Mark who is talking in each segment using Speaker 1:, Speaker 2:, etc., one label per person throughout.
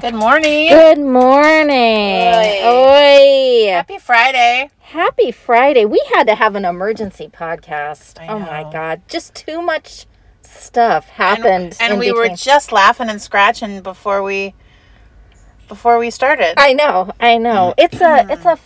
Speaker 1: Good morning.
Speaker 2: Good morning. Oi.
Speaker 1: Happy Friday.
Speaker 2: Happy Friday. We had to have an emergency podcast.
Speaker 1: I
Speaker 2: Oh my
Speaker 1: know.
Speaker 2: God. Just too much stuff happened.
Speaker 1: And,
Speaker 2: in
Speaker 1: we were
Speaker 2: between.
Speaker 1: just laughing and scratching before we before we started.
Speaker 2: I know, I know.
Speaker 1: Mm.
Speaker 2: It's a it's a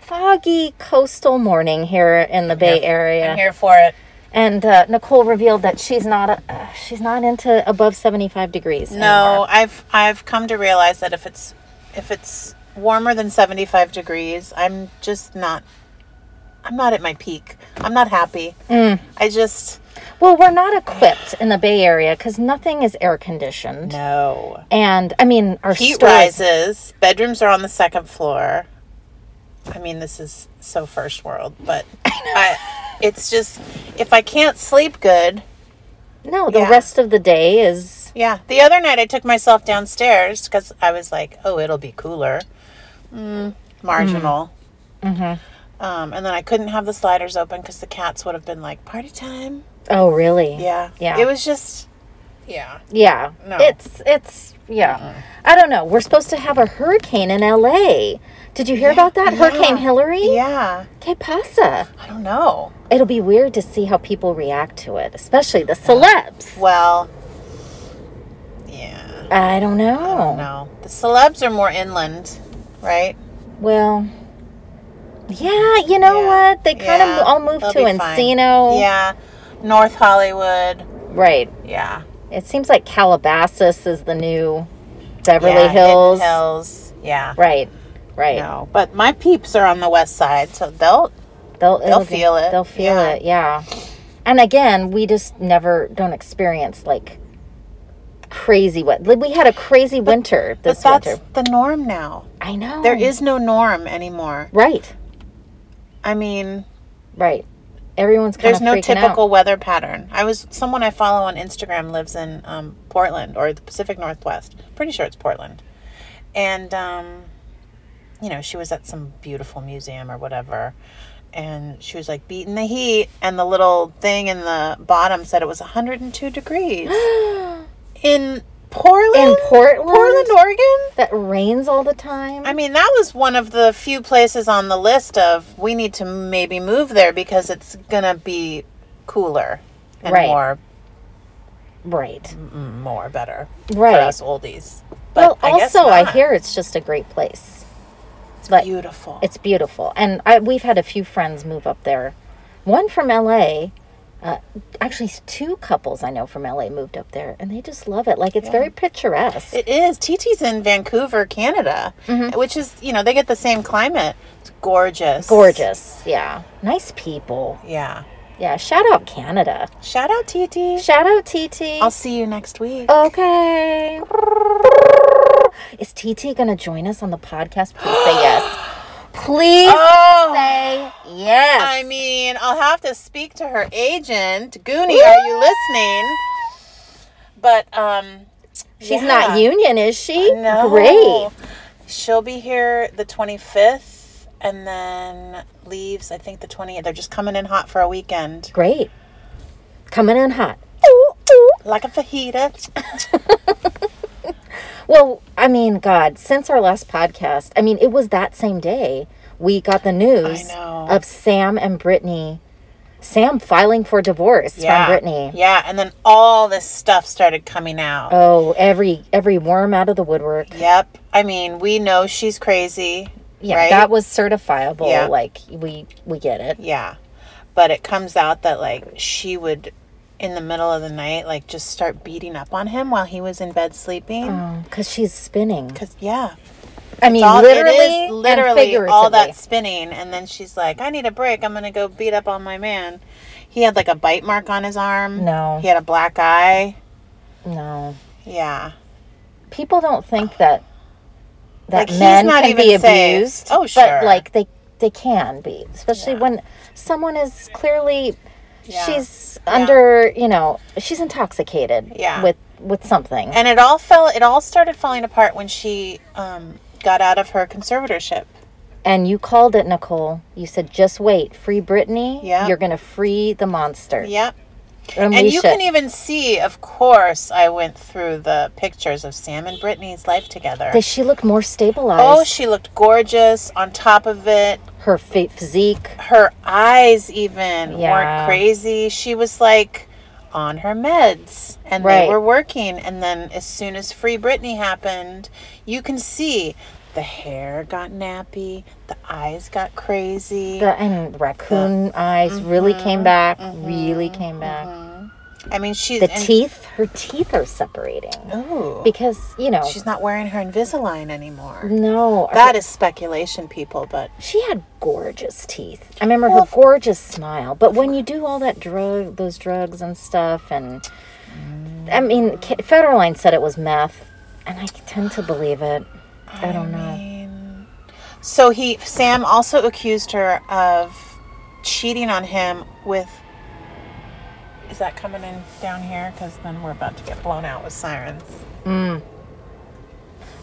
Speaker 2: foggy coastal morning here in the Bay
Speaker 1: I'm
Speaker 2: Area.
Speaker 1: here for it.
Speaker 2: And uh, Nicole revealed that she's not a, uh, she's not into above 75 degrees.
Speaker 1: No, I've I've come to realize that if it's if it's warmer than 75 degrees, I'm just not I'm not at my peak. I'm not happy.
Speaker 2: Mm.
Speaker 1: I just
Speaker 2: Well, we're not equipped in the Bay Area cuz nothing is air conditioned.
Speaker 1: no.
Speaker 2: And I mean, our
Speaker 1: Heat
Speaker 2: stores-
Speaker 1: rises. Bedrooms are on the second floor. I mean, this is so first world, but I, it's just if I can't sleep good.
Speaker 2: No, the
Speaker 1: Yeah.
Speaker 2: rest of the day is
Speaker 1: Yeah. The other night I took myself downstairs because I was like, oh, it'll be cooler. Mm, marginal. Um, and then I couldn't have the sliders open because the cats would have been like, party time.
Speaker 2: Oh, really?
Speaker 1: Yeah.
Speaker 2: Yeah.
Speaker 1: It was just, yeah.
Speaker 2: Yeah.
Speaker 1: No.
Speaker 2: It's it's yeah. I don't know. We're supposed to have a hurricane in LA. Did you hear about that? Hurricane Hillary?
Speaker 1: Yeah.
Speaker 2: Que pasa?
Speaker 1: I don't know.
Speaker 2: It'll be weird to see how people react to it, especially the celebs.
Speaker 1: Well, yeah.
Speaker 2: I don't know.
Speaker 1: No, the celebs are more inland, right?
Speaker 2: Well, yeah, you know
Speaker 1: Yeah.
Speaker 2: what? They kind
Speaker 1: Yeah.
Speaker 2: of all moved
Speaker 1: They'll
Speaker 2: to
Speaker 1: be fine.
Speaker 2: Encino.
Speaker 1: Yeah, North Hollywood.
Speaker 2: Right.
Speaker 1: Yeah,
Speaker 2: It seems like Calabasas is the new Beverly
Speaker 1: yeah, Hidden
Speaker 2: Hills.
Speaker 1: Hills. Yeah.
Speaker 2: Right. Right.
Speaker 1: No, but my peeps are on the west side, so they'll.
Speaker 2: They'll,
Speaker 1: They'll
Speaker 2: it'll-
Speaker 1: feel it.
Speaker 2: They'll feel
Speaker 1: Yeah.
Speaker 2: it. Yeah. And again, we just never don't experience like crazy wet. like, We had a crazy winter
Speaker 1: But
Speaker 2: this
Speaker 1: that's
Speaker 2: winter. Hmm.
Speaker 1: the norm now.
Speaker 2: I know.
Speaker 1: There is no norm anymore.
Speaker 2: right,
Speaker 1: I mean,
Speaker 2: right. Everyone's kind
Speaker 1: there's
Speaker 2: of
Speaker 1: no
Speaker 2: freaking
Speaker 1: typical
Speaker 2: Out.
Speaker 1: weather pattern. I was someone I follow on Instagram lives in um, Portland or the Pacific Northwest. Pretty sure it's Portland, and um, you know she was at some beautiful museum or whatever, and she was like beating the heat, and the little thing in the bottom said it was 102 degrees in Portland,
Speaker 2: In Portland?
Speaker 1: Portland, Oregon.
Speaker 2: That rains all the time.
Speaker 1: I mean, that was one of the few places on the list of we need to maybe move there because it's gonna be cooler and
Speaker 2: Right.
Speaker 1: more
Speaker 2: right.
Speaker 1: Mm, more better
Speaker 2: Right.
Speaker 1: for us oldies.
Speaker 2: well,
Speaker 1: guess
Speaker 2: also I
Speaker 1: not.
Speaker 2: hear it's just a great place. but
Speaker 1: beautiful.
Speaker 2: It's beautiful, and I, we've had a few friends move up there. One from LA, uh, actually two couples I know from LA moved up there, and they just love it. Like it's very picturesque.
Speaker 1: it is. TT's in Vancouver, Canada,
Speaker 2: Mm-hmm.
Speaker 1: which is you know they get the same climate. It's gorgeous.
Speaker 2: Gorgeous, yeah. Nice people,
Speaker 1: Yeah.
Speaker 2: yeah. Shout out Canada.
Speaker 1: Shout out TT.
Speaker 2: Shout out TT.
Speaker 1: I'll see you next week.
Speaker 2: Oh, Okay. Is TT gonna join us on the podcast? Please say yes. Please
Speaker 1: Oh.
Speaker 2: say yes.
Speaker 1: I mean, I'll have to speak to her agent. Goonie, are you listening? But um
Speaker 2: She's
Speaker 1: yeah.
Speaker 2: not union, is she?
Speaker 1: No.
Speaker 2: Great.
Speaker 1: She'll be here the 25th and then leaves, I think, the 28th. They're just coming in hot for a weekend.
Speaker 2: Great. Coming in hot.
Speaker 1: Like a fajita.
Speaker 2: Well, I mean, God, since our last podcast, I mean, it was that same day we got the news
Speaker 1: know.
Speaker 2: of Sam and Brittany. Sam filing for divorce from Brittany.
Speaker 1: Yeah. And then all this stuff started coming out.
Speaker 2: Oh, every every worm out of the woodwork.
Speaker 1: Yep. I mean, we know she's crazy.
Speaker 2: Yeah,
Speaker 1: right?
Speaker 2: that was certifiable.
Speaker 1: Yeah.
Speaker 2: Like we we get it.
Speaker 1: Yeah. But it comes out that, like, she would, in the middle of the night, like, just start beating up on him while he was in bed sleeping.
Speaker 2: Because Oh, she's spinning.
Speaker 1: Because, yeah.
Speaker 2: I mean,
Speaker 1: all,
Speaker 2: literally,
Speaker 1: it is
Speaker 2: and
Speaker 1: literally
Speaker 2: figuratively.
Speaker 1: all that spinning and then she's like i need a break i'm gonna go beat up on my man he had like a bite mark on his arm
Speaker 2: No.
Speaker 1: he had a black eye
Speaker 2: No,
Speaker 1: yeah
Speaker 2: people don't think that that
Speaker 1: Like, he's
Speaker 2: men
Speaker 1: not
Speaker 2: can be
Speaker 1: even safe.
Speaker 2: abused.
Speaker 1: Oh, sure.
Speaker 2: But like they they can be, especially when someone is clearly
Speaker 1: Yeah.
Speaker 2: she's under, you know, she's intoxicated
Speaker 1: Yeah.
Speaker 2: with with something.
Speaker 1: and it all fell it all started falling apart when she um, got out of her conservatorship
Speaker 2: And you called it, Nicole. You said, "Just wait, free Brittany.
Speaker 1: Yeah.
Speaker 2: You're going to free the monster."
Speaker 1: yep
Speaker 2: And,
Speaker 1: And
Speaker 2: we
Speaker 1: you
Speaker 2: should-
Speaker 1: can even see, of course, I went through the pictures of Sam and Brittany's life together.
Speaker 2: Does she look more stabilized?
Speaker 1: oh, she looked gorgeous. On top of it,
Speaker 2: her fa- physique.
Speaker 1: her eyes even
Speaker 2: Yeah.
Speaker 1: weren't crazy. She was like on her meds and
Speaker 2: Right.
Speaker 1: they were working. And then as soon as Free Britney happened, you can see the hair got nappy, the eyes got crazy.
Speaker 2: The, and raccoon
Speaker 1: Uh-huh.
Speaker 2: eyes really
Speaker 1: Mm-hmm.
Speaker 2: came back. Really came back.
Speaker 1: I mean, she's.
Speaker 2: The
Speaker 1: Mm-hmm. and-
Speaker 2: teeth, her teeth are separating
Speaker 1: Ooh.
Speaker 2: because you know.
Speaker 1: She's not wearing her Invisalign anymore.
Speaker 2: no, her-
Speaker 1: That is speculation, people, but
Speaker 2: she had gorgeous teeth. I remember
Speaker 1: Well,
Speaker 2: her gorgeous smile. But when you do all that drug, those drugs and stuff, and I mean, K- Federline said it was meth, and I tend to believe it. I don't know.
Speaker 1: So he Sam also accused her of cheating on him with Is that coming in down here cuz then we're about to get blown out with sirens.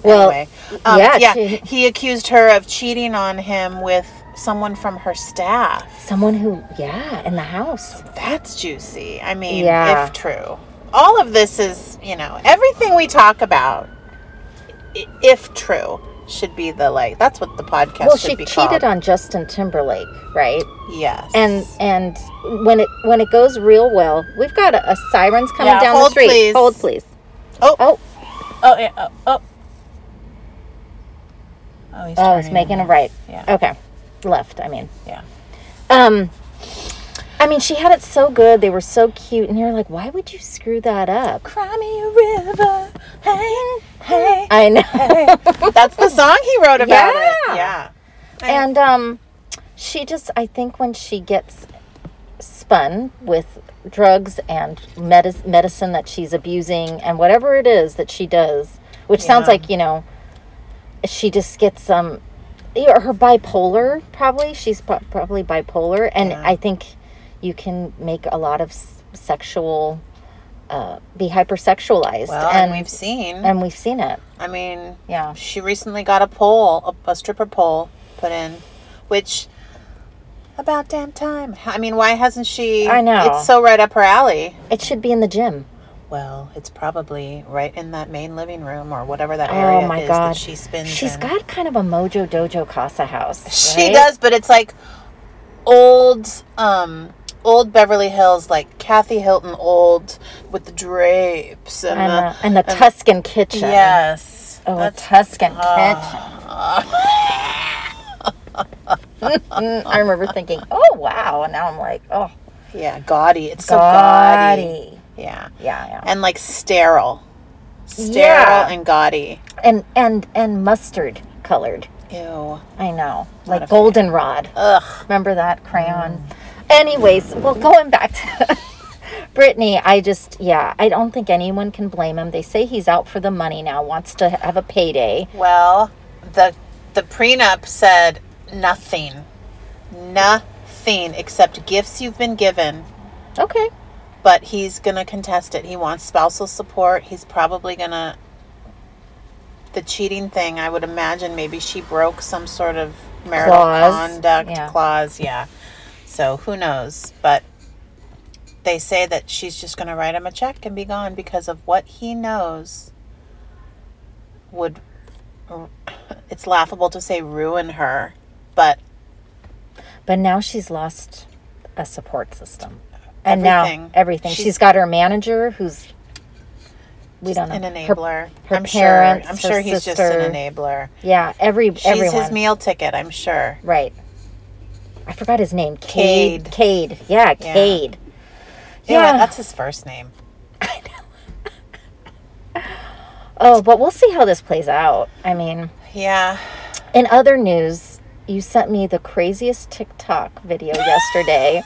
Speaker 2: Well,
Speaker 1: anyway, um,
Speaker 2: yeah,
Speaker 1: yeah,
Speaker 2: she-
Speaker 1: he accused her of cheating on him with someone from her staff.
Speaker 2: someone who, yeah, in the house.
Speaker 1: That's juicy. I mean,
Speaker 2: Yeah.
Speaker 1: if true. All of this is, you know, everything we talk about i- if true should be the like that's what the podcast
Speaker 2: Well,
Speaker 1: should
Speaker 2: she
Speaker 1: be
Speaker 2: cheated
Speaker 1: called.
Speaker 2: on Justin Timberlake, right?
Speaker 1: Yes.
Speaker 2: And and when it when it goes real well, we've got a, a sirens coming
Speaker 1: Yeah,
Speaker 2: down the
Speaker 1: hold,
Speaker 2: street.
Speaker 1: please.
Speaker 2: Hold please.
Speaker 1: Oh.
Speaker 2: oh,
Speaker 1: Oh, yeah. Oh, oh. Oh, he's,
Speaker 2: oh, it's
Speaker 1: turning.
Speaker 2: making a right.
Speaker 1: Yeah.
Speaker 2: Okay, left. I mean,
Speaker 1: Yeah.
Speaker 2: um, I mean, she had it so good. They were so cute, and you're like, why would you screw that up?
Speaker 1: Cry me a river. Hey, hey,
Speaker 2: I know.
Speaker 1: hey. That's the song he wrote about
Speaker 2: Yeah.
Speaker 1: it. Yeah.
Speaker 2: and um, she just, I think, when she gets spun with drugs and medis- medicine that she's abusing and whatever it is that she does, which sounds
Speaker 1: Yeah.
Speaker 2: like you know, she just gets um, yeah, her bipolar probably. She's pro- probably bipolar, and I think you can make a lot of s- sexual, uh, be hypersexualized,
Speaker 1: Well, and, we've seen.
Speaker 2: and we've seen it.
Speaker 1: I mean,
Speaker 2: Yeah.
Speaker 1: She recently got a pole, a, a stripper pole put in, which about damn time. I mean, why hasn't she?
Speaker 2: I know.
Speaker 1: It's so right up her alley.
Speaker 2: It should be in the gym.
Speaker 1: Well, it's probably right in that main living room or whatever that area
Speaker 2: Oh my
Speaker 1: is
Speaker 2: god,
Speaker 1: that she spins.
Speaker 2: She's
Speaker 1: in.
Speaker 2: got kind of a Mojo Dojo Casa house.
Speaker 1: She
Speaker 2: right?
Speaker 1: does, but it's like old, um, old Beverly Hills, like Kathy Hilton, old with the drapes and
Speaker 2: and the,
Speaker 1: the
Speaker 2: and the Tuscan kitchen.
Speaker 1: yes.
Speaker 2: Oh, a
Speaker 1: Um, That's-
Speaker 2: Tuscan kitchen. I remember thinking, oh wow, and now I'm like, oh,
Speaker 1: yeah, gaudy. It's so gaudy.
Speaker 2: gaudy.
Speaker 1: Yeah,
Speaker 2: Yeah, yeah.
Speaker 1: and like sterile, sterile
Speaker 2: Yeah.
Speaker 1: and gaudy.
Speaker 2: And and and mustard colored.
Speaker 1: Ew.
Speaker 2: I know, like goldenrod.
Speaker 1: Ugh. Mm.
Speaker 2: Remember that crayon? Anyways, well, going back to Brittany, I just, yeah, I don't think anyone can blame him. They say he's out for the money now, wants to have a payday.
Speaker 1: Well, the the prenup said nothing, nothing except gifts you've been given.
Speaker 2: Okay.
Speaker 1: but he's gonna contest it. He wants spousal support. He's probably gonna the cheating thing. I would imagine maybe she broke some sort of marital
Speaker 2: Clause,
Speaker 1: conduct
Speaker 2: yeah.
Speaker 1: clause. Yeah. So who knows? But they say that she's just gonna write him a check and be gone because of what he knows would. It's laughable to say ruin her, but
Speaker 2: But now she's lost a support system. And now
Speaker 1: Everything.
Speaker 2: everything.
Speaker 1: She's-
Speaker 2: she's got her manager who's, we don't know.
Speaker 1: an
Speaker 2: Her-
Speaker 1: enabler.
Speaker 2: her
Speaker 1: I'm
Speaker 2: parents,
Speaker 1: sure. I'm
Speaker 2: her
Speaker 1: sure he's just
Speaker 2: sister.
Speaker 1: an enabler.
Speaker 2: yeah, every,
Speaker 1: She's
Speaker 2: everyone.
Speaker 1: his meal ticket, I'm sure.
Speaker 2: Right. I forgot his name. Cade.
Speaker 1: Cade.
Speaker 2: Cade. Yeah,
Speaker 1: Yeah.
Speaker 2: Cade.
Speaker 1: Yeah,
Speaker 2: Yeah.
Speaker 1: that's his first name.
Speaker 2: Oh, but we'll see how this plays out. I mean,
Speaker 1: Yeah.
Speaker 2: in other news, you sent me the craziest TikTok video yesterday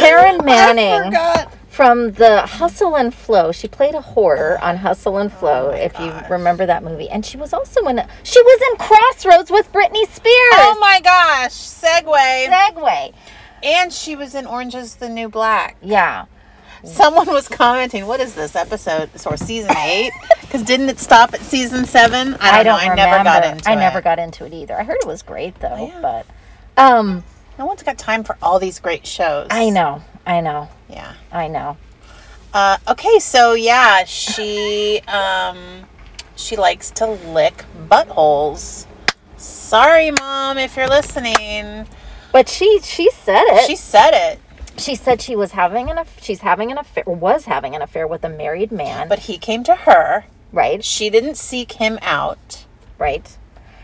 Speaker 2: Taryn Manning.
Speaker 1: I forgot.
Speaker 2: from the Hustle and Flow. She played a whore on Hustle and
Speaker 1: Oh
Speaker 2: Flow, if you remember that movie. And she was also in a, she was in Crossroads with Britney Spears.
Speaker 1: Oh my gosh, segue.
Speaker 2: Segway.
Speaker 1: And she was in Orange is the New Black.
Speaker 2: Yeah. Mm.
Speaker 1: Someone was commenting, what is this episode? Or season eight? Because didn't it stop at season seven?
Speaker 2: I
Speaker 1: I
Speaker 2: don't
Speaker 1: don't, know. I never got
Speaker 2: remember.
Speaker 1: into
Speaker 2: I
Speaker 1: it. Oh,
Speaker 2: never got into it either. I heard it was great though,
Speaker 1: yeah.
Speaker 2: but um
Speaker 1: No one's got time for all these great shows.
Speaker 2: I know. I know.
Speaker 1: Yeah.
Speaker 2: I know.
Speaker 1: Uh, okay, so yeah, she um, she likes to lick buttholes. Sorry, mom, if you're listening.
Speaker 2: But she she said it.
Speaker 1: She said it,
Speaker 2: she said she was having an aff- she's having an affair was having an affair with a married man.
Speaker 1: but he came to her.
Speaker 2: right,
Speaker 1: She didn't seek him out.
Speaker 2: right.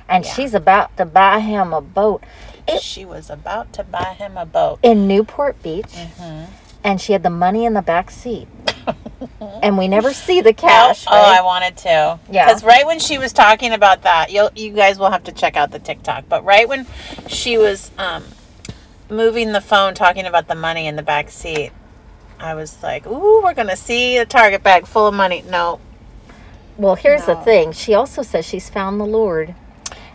Speaker 2: And she's about to buy him a boat It-
Speaker 1: She was about to buy him a boat.
Speaker 2: in Newport Beach.
Speaker 1: Mm-hmm.
Speaker 2: And she had the money in the back seat. and we never see the cash.
Speaker 1: Oh, oh,
Speaker 2: right?
Speaker 1: I wanted to.
Speaker 2: Yeah.
Speaker 1: Because right when she was talking about that, you will you guys will have to check out the TikTok. But right when she was um, moving the phone, talking about the money in the back seat, I was like, "Ooh, we're gonna see a Target bag full of money." No.
Speaker 2: well, here's the
Speaker 1: No.
Speaker 2: thing. She also says she's found the Lord.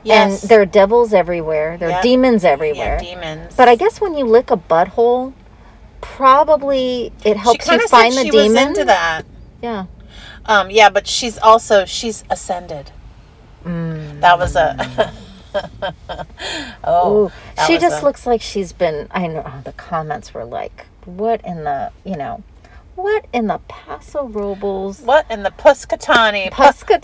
Speaker 1: Yes.
Speaker 2: And there are devils everywhere. There are
Speaker 1: Yep.
Speaker 2: demons everywhere.
Speaker 1: yeah, demons.
Speaker 2: But I guess when you lick a butthole, probably it
Speaker 1: she
Speaker 2: helps you
Speaker 1: kind of said
Speaker 2: find the
Speaker 1: she
Speaker 2: demon.
Speaker 1: was into that.
Speaker 2: Yeah.
Speaker 1: Um, yeah, but she's also she's ascended.
Speaker 2: Mm.
Speaker 1: That was a. oh,
Speaker 2: Ooh.
Speaker 1: that
Speaker 2: She
Speaker 1: was
Speaker 2: just
Speaker 1: a-
Speaker 2: looks like she's been. I know oh, the comments were like, "What in the you know, what in the Paso Robles?"
Speaker 1: What in the Puscatani?
Speaker 2: Puscat-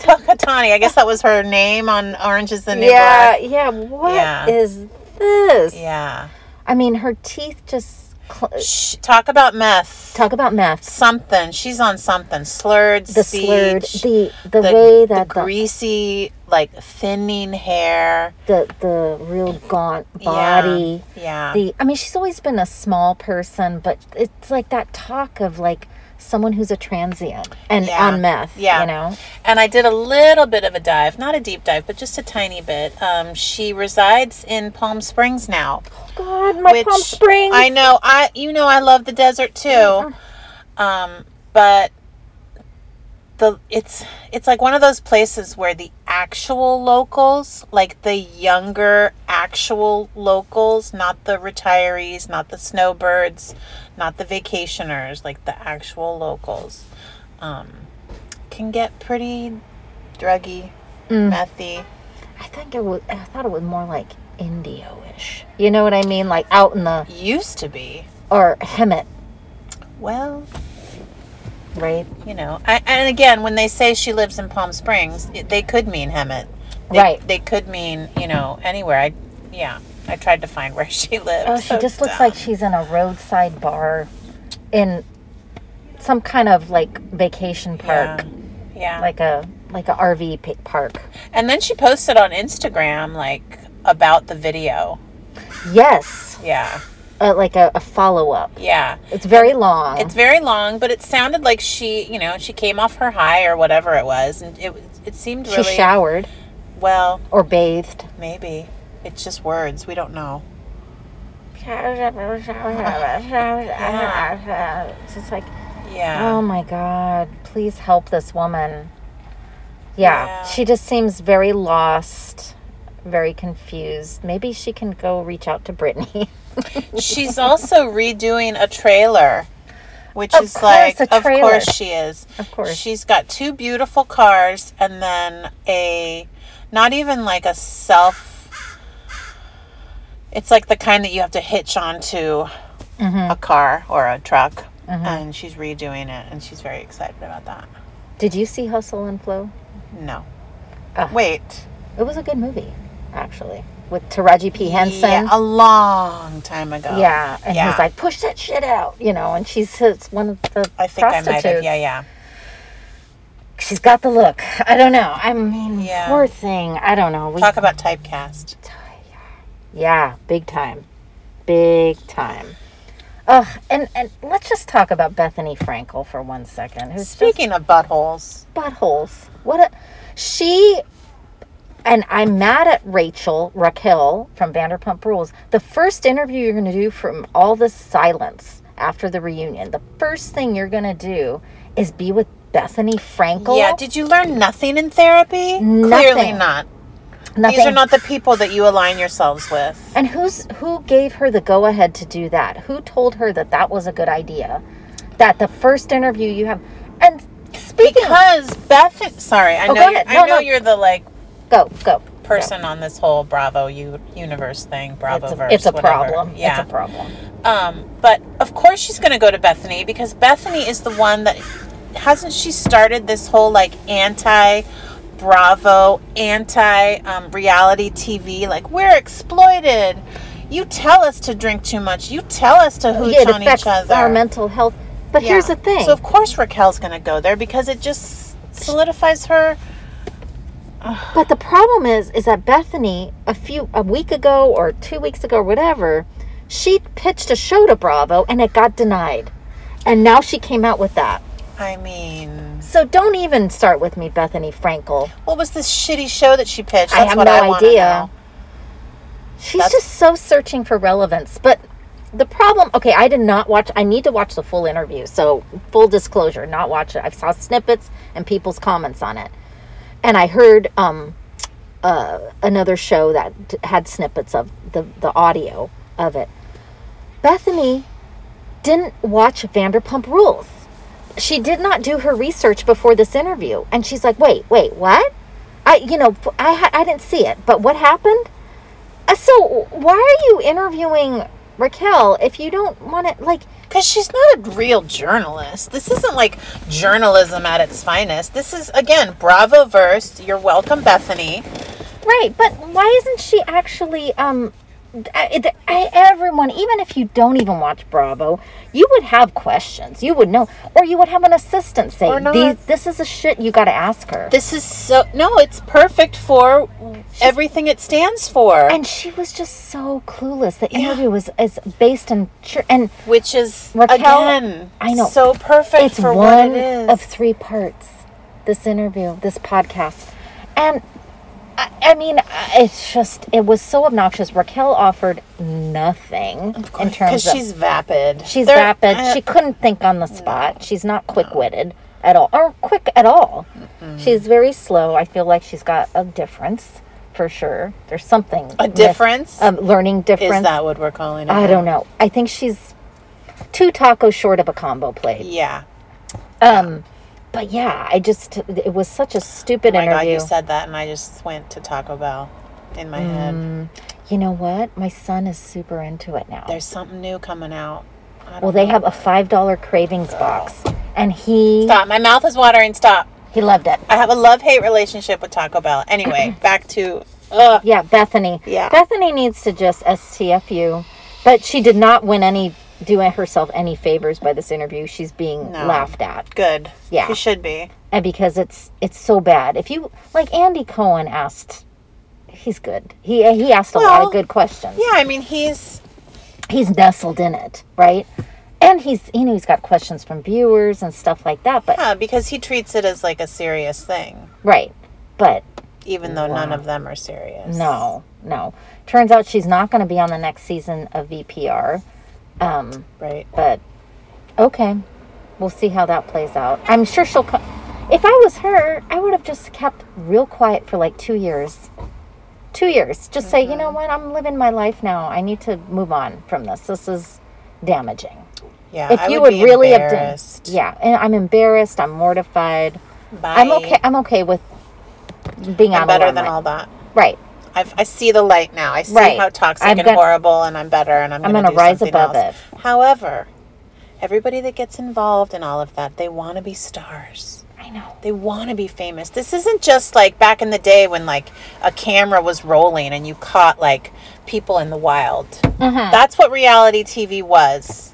Speaker 1: Puscatani. I guess that was her name on Orange is the New
Speaker 2: yeah,
Speaker 1: Black.
Speaker 2: yeah. What is
Speaker 1: Yeah.
Speaker 2: this?
Speaker 1: Yeah.
Speaker 2: I mean, her teeth just cl-
Speaker 1: Sh Talk about meth.
Speaker 2: talk about meth.
Speaker 1: something. She's on something. Slurred
Speaker 2: The
Speaker 1: speech.
Speaker 2: slurred, the the,
Speaker 1: the-
Speaker 2: way
Speaker 1: the
Speaker 2: that the
Speaker 1: greasy, like thinning hair.
Speaker 2: the, the real gaunt body.
Speaker 1: Yeah.
Speaker 2: The I mean, she's always been a small person, but it's like that talk of like someone who's a transient and
Speaker 1: Yeah.
Speaker 2: on meth.
Speaker 1: Yeah.
Speaker 2: you know.
Speaker 1: and I did a little bit of a dive, not a deep dive, but just a tiny bit. Um, she resides in Palm Springs now.
Speaker 2: God, my Palm Springs.
Speaker 1: I know. I you know I love the desert too. Um, but the it's it's like one of those places where the actual locals, like the younger actual locals, not the retirees, not the snowbirds, not the vacationers, like the actual locals, um, can get pretty druggy,
Speaker 2: Mm.
Speaker 1: methy.
Speaker 2: I think it was. I thought it was more like Indio-ish. You know what I mean? Like out in the
Speaker 1: Used to be.
Speaker 2: or Hemet,
Speaker 1: Well,
Speaker 2: right?
Speaker 1: you know I, and again when they say she lives in palm springs it, they could mean hemet they,
Speaker 2: Right.
Speaker 1: they could mean you know anywhere i yeah i tried to find where she lived
Speaker 2: Oh, she
Speaker 1: so
Speaker 2: just looks
Speaker 1: dumb.
Speaker 2: like she's in a roadside bar, in some kind of like vacation park,
Speaker 1: yeah, yeah.
Speaker 2: like a like a RV pa- park.
Speaker 1: and then she posted on instagram like about the video
Speaker 2: Yes,
Speaker 1: yeah
Speaker 2: uh, like a, a follow up.
Speaker 1: yeah
Speaker 2: It's very long.
Speaker 1: it's very long but it sounded like she you know she came off her high or whatever it was and it was- it seemed
Speaker 2: she
Speaker 1: really
Speaker 2: showered
Speaker 1: well
Speaker 2: or bathed.
Speaker 1: maybe it's just words we don't know
Speaker 2: It's just like,
Speaker 1: yeah
Speaker 2: oh my God, please help this woman. Yeah,
Speaker 1: Yeah.
Speaker 2: she just seems very lost, very confused. Maybe she can go reach out to Brittany.
Speaker 1: She's also redoing a trailer, which
Speaker 2: Of
Speaker 1: is
Speaker 2: course,
Speaker 1: like,
Speaker 2: a
Speaker 1: of
Speaker 2: trailer.
Speaker 1: course she is.
Speaker 2: Of course.
Speaker 1: She's got two beautiful cars and then a, not even like a self, it's like the kind that you have to hitch onto
Speaker 2: Mm-hmm.
Speaker 1: a car or a truck. And she's redoing it and she's very excited about that.
Speaker 2: Did you see Hustle and Flow?
Speaker 1: No.
Speaker 2: Ah.
Speaker 1: Wait.
Speaker 2: It was a good movie, actually, with Taraji P. Henson.
Speaker 1: Yeah, a long time ago.
Speaker 2: Yeah, and
Speaker 1: Yeah.
Speaker 2: he's like, push that shit out, you know. And she's it's one of the
Speaker 1: I think I might
Speaker 2: prostitutes.
Speaker 1: have. Yeah, yeah.
Speaker 2: She's got the look. I don't know. I mean,
Speaker 1: Yeah.
Speaker 2: poor thing. I don't know. We,
Speaker 1: Talk about typecast.
Speaker 2: yeah, big time, big time. Ugh, and and let's just talk about Bethany Frankel for one second. Who's just
Speaker 1: Speaking of buttholes.
Speaker 2: buttholes? What a she. And I'm mad at Rachel Raquel from Vanderpump Rules. The first interview you're going to do from all this silence after the reunion, the first thing you're going to do is be with Bethany Frankel.
Speaker 1: Yeah, did you learn nothing in therapy? Clearly
Speaker 2: Nothing.
Speaker 1: not.
Speaker 2: Nothing.
Speaker 1: These are not the people that you align yourselves with.
Speaker 2: And who's who gave her the go ahead to do that? Who told her that that was a good idea? That the first interview you have, and speaking,
Speaker 1: Because Beth, sorry, I know
Speaker 2: Oh, go
Speaker 1: you're,
Speaker 2: ahead.
Speaker 1: I
Speaker 2: No,
Speaker 1: know
Speaker 2: no.
Speaker 1: you're the like
Speaker 2: go go.
Speaker 1: person on this whole Bravo u- universe thing, Bravo
Speaker 2: It's a,
Speaker 1: verse.
Speaker 2: it's a
Speaker 1: whatever.
Speaker 2: problem.
Speaker 1: Yeah.
Speaker 2: It's a problem.
Speaker 1: Um, but of course she's going to go to Bethany because Bethany is the one that hasn't she started this whole like anti Bravo, anti um, reality TV. Like we're exploited. You tell us to drink too much. You tell us to hooch
Speaker 2: yeah, it
Speaker 1: on each
Speaker 2: affects
Speaker 1: other.
Speaker 2: our mental health. But
Speaker 1: Yeah.
Speaker 2: here's the thing.
Speaker 1: So of course Raquel's going to go there because it just solidifies her.
Speaker 2: But the problem is, is that Bethany a few a week ago or two weeks ago, or whatever, she pitched a show to Bravo and it got denied, and now she came out with that.
Speaker 1: I mean,
Speaker 2: So don't even start with me, Bethany Frankel.
Speaker 1: what was this shitty show that she pitched?
Speaker 2: I
Speaker 1: That's
Speaker 2: have
Speaker 1: what
Speaker 2: no
Speaker 1: I wanna
Speaker 2: idea.
Speaker 1: know.
Speaker 2: She's
Speaker 1: That's-
Speaker 2: just so searching for relevance. But the problem, okay, I did not watch. I need to watch the full interview. So full disclosure, not watch it. I saw snippets and people's comments on it, and I heard um, uh, another show that d- had snippets of the the audio of it. Bethany didn't watch Vanderpump Rules. She did not do her research before this interview, and she's like, "Wait, wait, what? I, you know, f- I, ha- I didn't see it, but what happened? Uh, So why are you interviewing Raquel if you don't want to? Like,
Speaker 1: Because she's not a real journalist. This isn't like journalism at its finest. This is, again, Bravo verse. You're welcome, Bethany.
Speaker 2: right? But why isn't she actually um?" I, I- I, everyone, even if you don't even watch Bravo, you would have questions. You would know, or you would have an assistant say,
Speaker 1: Or not.
Speaker 2: "These, this is a shit you got to ask her."
Speaker 1: This is so. No, it's perfect for everything it stands for,
Speaker 2: and she was just so clueless. The interview was is based in chur- and
Speaker 1: which is,
Speaker 2: Raquel,
Speaker 1: again,
Speaker 2: I know.
Speaker 1: so perfect
Speaker 2: it's
Speaker 1: for
Speaker 2: one
Speaker 1: what it is.
Speaker 2: of three parts. This interview, this podcast, and I, I mean, I- it's just it was so obnoxious. Raquel offered nothing in terms of
Speaker 1: she's vapid.
Speaker 2: she's
Speaker 1: There- uh,
Speaker 2: rapid.
Speaker 1: I-
Speaker 2: she couldn't think on the spot. She's not quick witted at all, or quick at all. She's very slow. I feel like she's got a difference for sure. There's something
Speaker 1: a
Speaker 2: miss-
Speaker 1: difference?
Speaker 2: um, learning difference.
Speaker 1: is that what we're calling it?
Speaker 2: I don't know. I think she's two tacos short of a combo plate.
Speaker 1: Yeah.
Speaker 2: Um, but yeah, I just it was such a stupid
Speaker 1: Oh my God,
Speaker 2: interview.
Speaker 1: you said that, and I just went to Taco Bell in my
Speaker 2: Mm.
Speaker 1: head.
Speaker 2: you know what? My son is super into it now.
Speaker 1: There's something new coming out. I don't
Speaker 2: well, they have a five dollar cravings box, and he
Speaker 1: Stop. My mouth is watering. Stop.
Speaker 2: he loved it.
Speaker 1: I have a love hate relationship with Taco Bell. Anyway, back to. Ugh.
Speaker 2: Yeah, Bethany.
Speaker 1: Yeah.
Speaker 2: Bethany needs to just STFU, but she did not win any do herself any favors by this interview. She's being
Speaker 1: No.
Speaker 2: laughed at.
Speaker 1: Good.
Speaker 2: Yeah.
Speaker 1: You should be.
Speaker 2: and because it's it's so bad. If you like Andy Cohen asked, he's good. He he asked a lot
Speaker 1: Well,
Speaker 2: of good questions.
Speaker 1: Yeah, I mean, he's.
Speaker 2: He's nestled in it, right? And he's you know he's got questions from viewers and stuff like that. But
Speaker 1: Yeah, because he treats it as like a serious thing,
Speaker 2: right, but
Speaker 1: even though none of them are serious.
Speaker 2: no, no. Turns out she's not going to be on the next season of VPR. Um,
Speaker 1: Right?
Speaker 2: but okay, we'll see how that plays out. I'm sure she'll. Co- if I was her, I would have just kept real quiet for like two years. Two years. Just say, you know what? I'm living my life now. I need to move on from this. This is damaging.
Speaker 1: Yeah.
Speaker 2: If
Speaker 1: I
Speaker 2: you
Speaker 1: would
Speaker 2: would,
Speaker 1: be
Speaker 2: really have done,
Speaker 1: embarrassed.
Speaker 2: yeah. And I'm embarrassed. I'm mortified.
Speaker 1: Bye.
Speaker 2: I'm okay. I'm okay with being
Speaker 1: I'm
Speaker 2: on
Speaker 1: better
Speaker 2: the
Speaker 1: than
Speaker 2: limelight.
Speaker 1: all that.
Speaker 2: Right.
Speaker 1: I've, I see the light now. I see
Speaker 2: Right.
Speaker 1: how toxic
Speaker 2: I've
Speaker 1: and
Speaker 2: got-
Speaker 1: horrible, and I'm better, and I'm going to
Speaker 2: gonna rise above
Speaker 1: it. However, everybody that gets involved in all of that, they want to be stars.
Speaker 2: I know.
Speaker 1: They want to be famous. This isn't just like back in the day when like a camera was rolling and you caught like people in the wild. That's what reality TV was.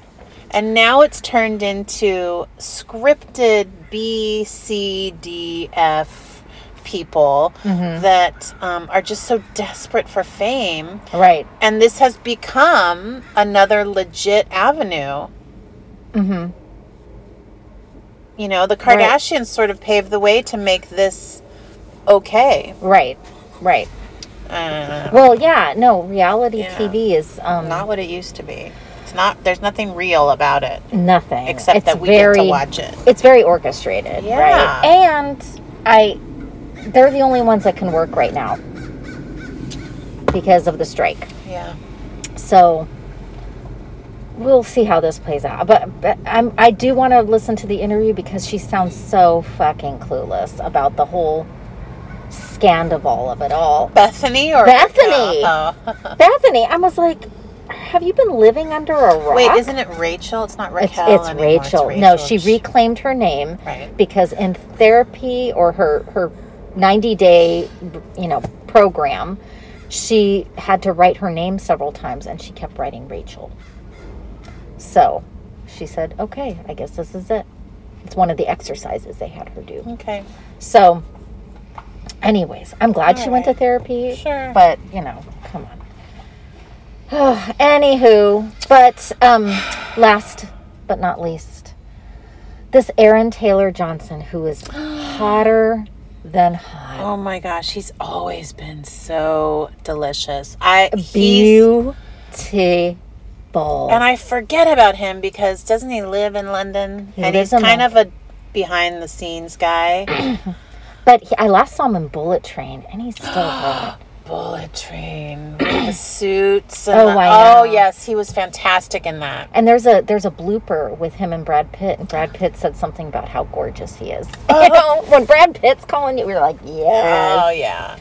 Speaker 1: And now it's turned into scripted B, C, D, F people that um, are just so desperate for fame.
Speaker 2: Right.
Speaker 1: And this has become another legit avenue.
Speaker 2: Mm-hmm.
Speaker 1: You know, the
Speaker 2: Right.
Speaker 1: Kardashians sort of paved the way to make this okay.
Speaker 2: Right. Right.
Speaker 1: Uh,
Speaker 2: Well, yeah. No, reality
Speaker 1: Yeah.
Speaker 2: TV is um,
Speaker 1: not what it used to be. It's not. There's nothing real about it
Speaker 2: nothing
Speaker 1: except
Speaker 2: It's
Speaker 1: that we
Speaker 2: very,
Speaker 1: get to watch it.
Speaker 2: It's very orchestrated,
Speaker 1: Yeah.
Speaker 2: right? And I, they're the only ones that can work right now because of the strike.
Speaker 1: Yeah.
Speaker 2: So we'll see how this plays out. But, but I'm, I do want to listen to the interview because she sounds so fucking clueless about the whole Scandival of it all.
Speaker 1: Bethany or
Speaker 2: Bethany.
Speaker 1: Oh.
Speaker 2: Bethany, I was like, have you been living under a rock?
Speaker 1: Wait, isn't it Rachel? It's not
Speaker 2: It's,
Speaker 1: Raquel.
Speaker 2: it's
Speaker 1: anymore, it's
Speaker 2: Rachel. No, she reclaimed her name
Speaker 1: Right.
Speaker 2: because in therapy or her her 90 day you know program, she had to write her name several times and she kept writing Rachel. So, she said, "Okay, I guess this is it." It's one of the exercises they had her do.
Speaker 1: Okay.
Speaker 2: So, anyways, I'm glad she went to
Speaker 1: Alright.
Speaker 2: therapy.
Speaker 1: Sure.
Speaker 2: But, you know, come on. Anywho, but um, last but not least, this Aaron Taylor Johnson, who is hotter than hot.
Speaker 1: Oh my gosh, he's always been so delicious. I he's,
Speaker 2: Beautiful.
Speaker 1: and I forget about him because doesn't he live in London?
Speaker 2: He
Speaker 1: and
Speaker 2: lives
Speaker 1: he's
Speaker 2: in
Speaker 1: kind of a behind the scenes guy.
Speaker 2: But he, I last saw him in Bullet Train, and he's still hot.
Speaker 1: Bullet train, with the suits. And
Speaker 2: Oh,
Speaker 1: the-
Speaker 2: I
Speaker 1: oh
Speaker 2: know.
Speaker 1: yes, he was fantastic in that.
Speaker 2: And there's a there's a blooper with him and Brad Pitt, and Brad Pitt said something about how gorgeous he is. you know, when Brad Pitt's calling you, we're like, yeah.
Speaker 1: Oh yeah.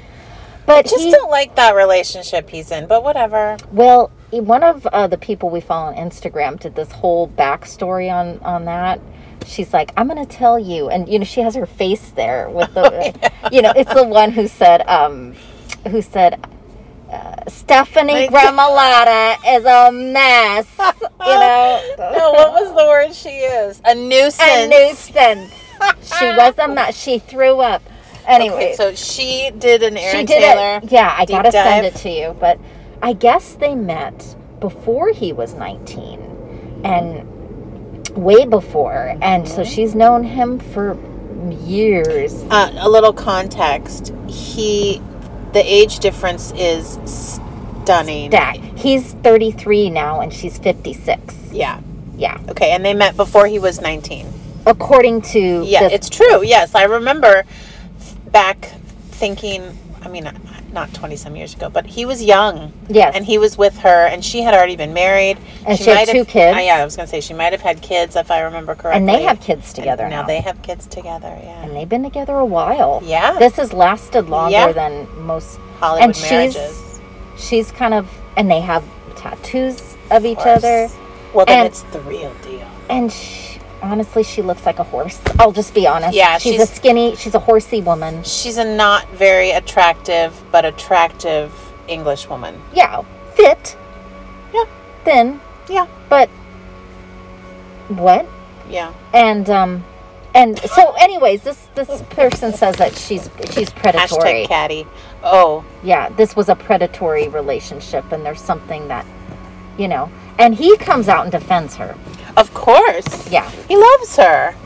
Speaker 2: But
Speaker 1: Just
Speaker 2: he,
Speaker 1: don't like that relationship he's in, but whatever.
Speaker 2: well, he- one of uh, the people we follow on Instagram did this whole backstory on on that. She's like, I'm gonna tell you, and you know, she has her face there with the, you know, it's the one who said, um, who said. Uh, Stephanie
Speaker 1: Like-
Speaker 2: Gramolata is a mess. You know,
Speaker 1: No, what was the word she used? A nuisance.
Speaker 2: a nuisance. she was a mess. She threw up. Anyway,
Speaker 1: Okay, so she did an Aaron
Speaker 2: she did
Speaker 1: Taylor.
Speaker 2: it. Yeah, I
Speaker 1: deep
Speaker 2: gotta send
Speaker 1: dive.
Speaker 2: it to you. But I guess they met before he was nineteen, and way before. And so
Speaker 1: Mm-hmm.
Speaker 2: she's known him for years.
Speaker 1: Uh, a little context. He, the age difference is stunning.
Speaker 2: That he's thirty three now, and she's fifty six.
Speaker 1: Yeah.
Speaker 2: Yeah,
Speaker 1: Okay, and they met before he was 19.
Speaker 2: according to
Speaker 1: Yeah,
Speaker 2: this-
Speaker 1: it's true. Yes, I remember back thinking. I mean, uh, not 20 some years ago, but he was young.
Speaker 2: Yes.
Speaker 1: And he was with her, and she had already been married.
Speaker 2: And she had
Speaker 1: might have-
Speaker 2: two kids.
Speaker 1: Uh, yeah, I was going to say she might have had kids, if I remember correctly.
Speaker 2: and they have kids together
Speaker 1: And
Speaker 2: now.
Speaker 1: Now they have kids together, yeah.
Speaker 2: and they've been together a while.
Speaker 1: Yeah.
Speaker 2: this has lasted longer
Speaker 1: Yeah.
Speaker 2: than most
Speaker 1: Hollywood
Speaker 2: and she's-
Speaker 1: marriages.
Speaker 2: she's kind of and they have tattoos of each
Speaker 1: of course.
Speaker 2: other
Speaker 1: Well, then
Speaker 2: and-
Speaker 1: it's the real deal.
Speaker 2: and she, honestly she looks like a horse i'll just be honest
Speaker 1: Yeah,
Speaker 2: she's,
Speaker 1: she's-
Speaker 2: a skinny she's a horsey woman
Speaker 1: She's a not very attractive, but attractive English woman.
Speaker 2: yeah fit
Speaker 1: Yeah.
Speaker 2: thin
Speaker 1: Yeah.
Speaker 2: but what
Speaker 1: Yeah.
Speaker 2: and um and so anyways this this person says that she's she's predatory
Speaker 1: Hashtag catty. Oh,
Speaker 2: yeah this was a predatory relationship and there's something that you know and he comes out and defends her
Speaker 1: of course.
Speaker 2: yeah
Speaker 1: He loves her.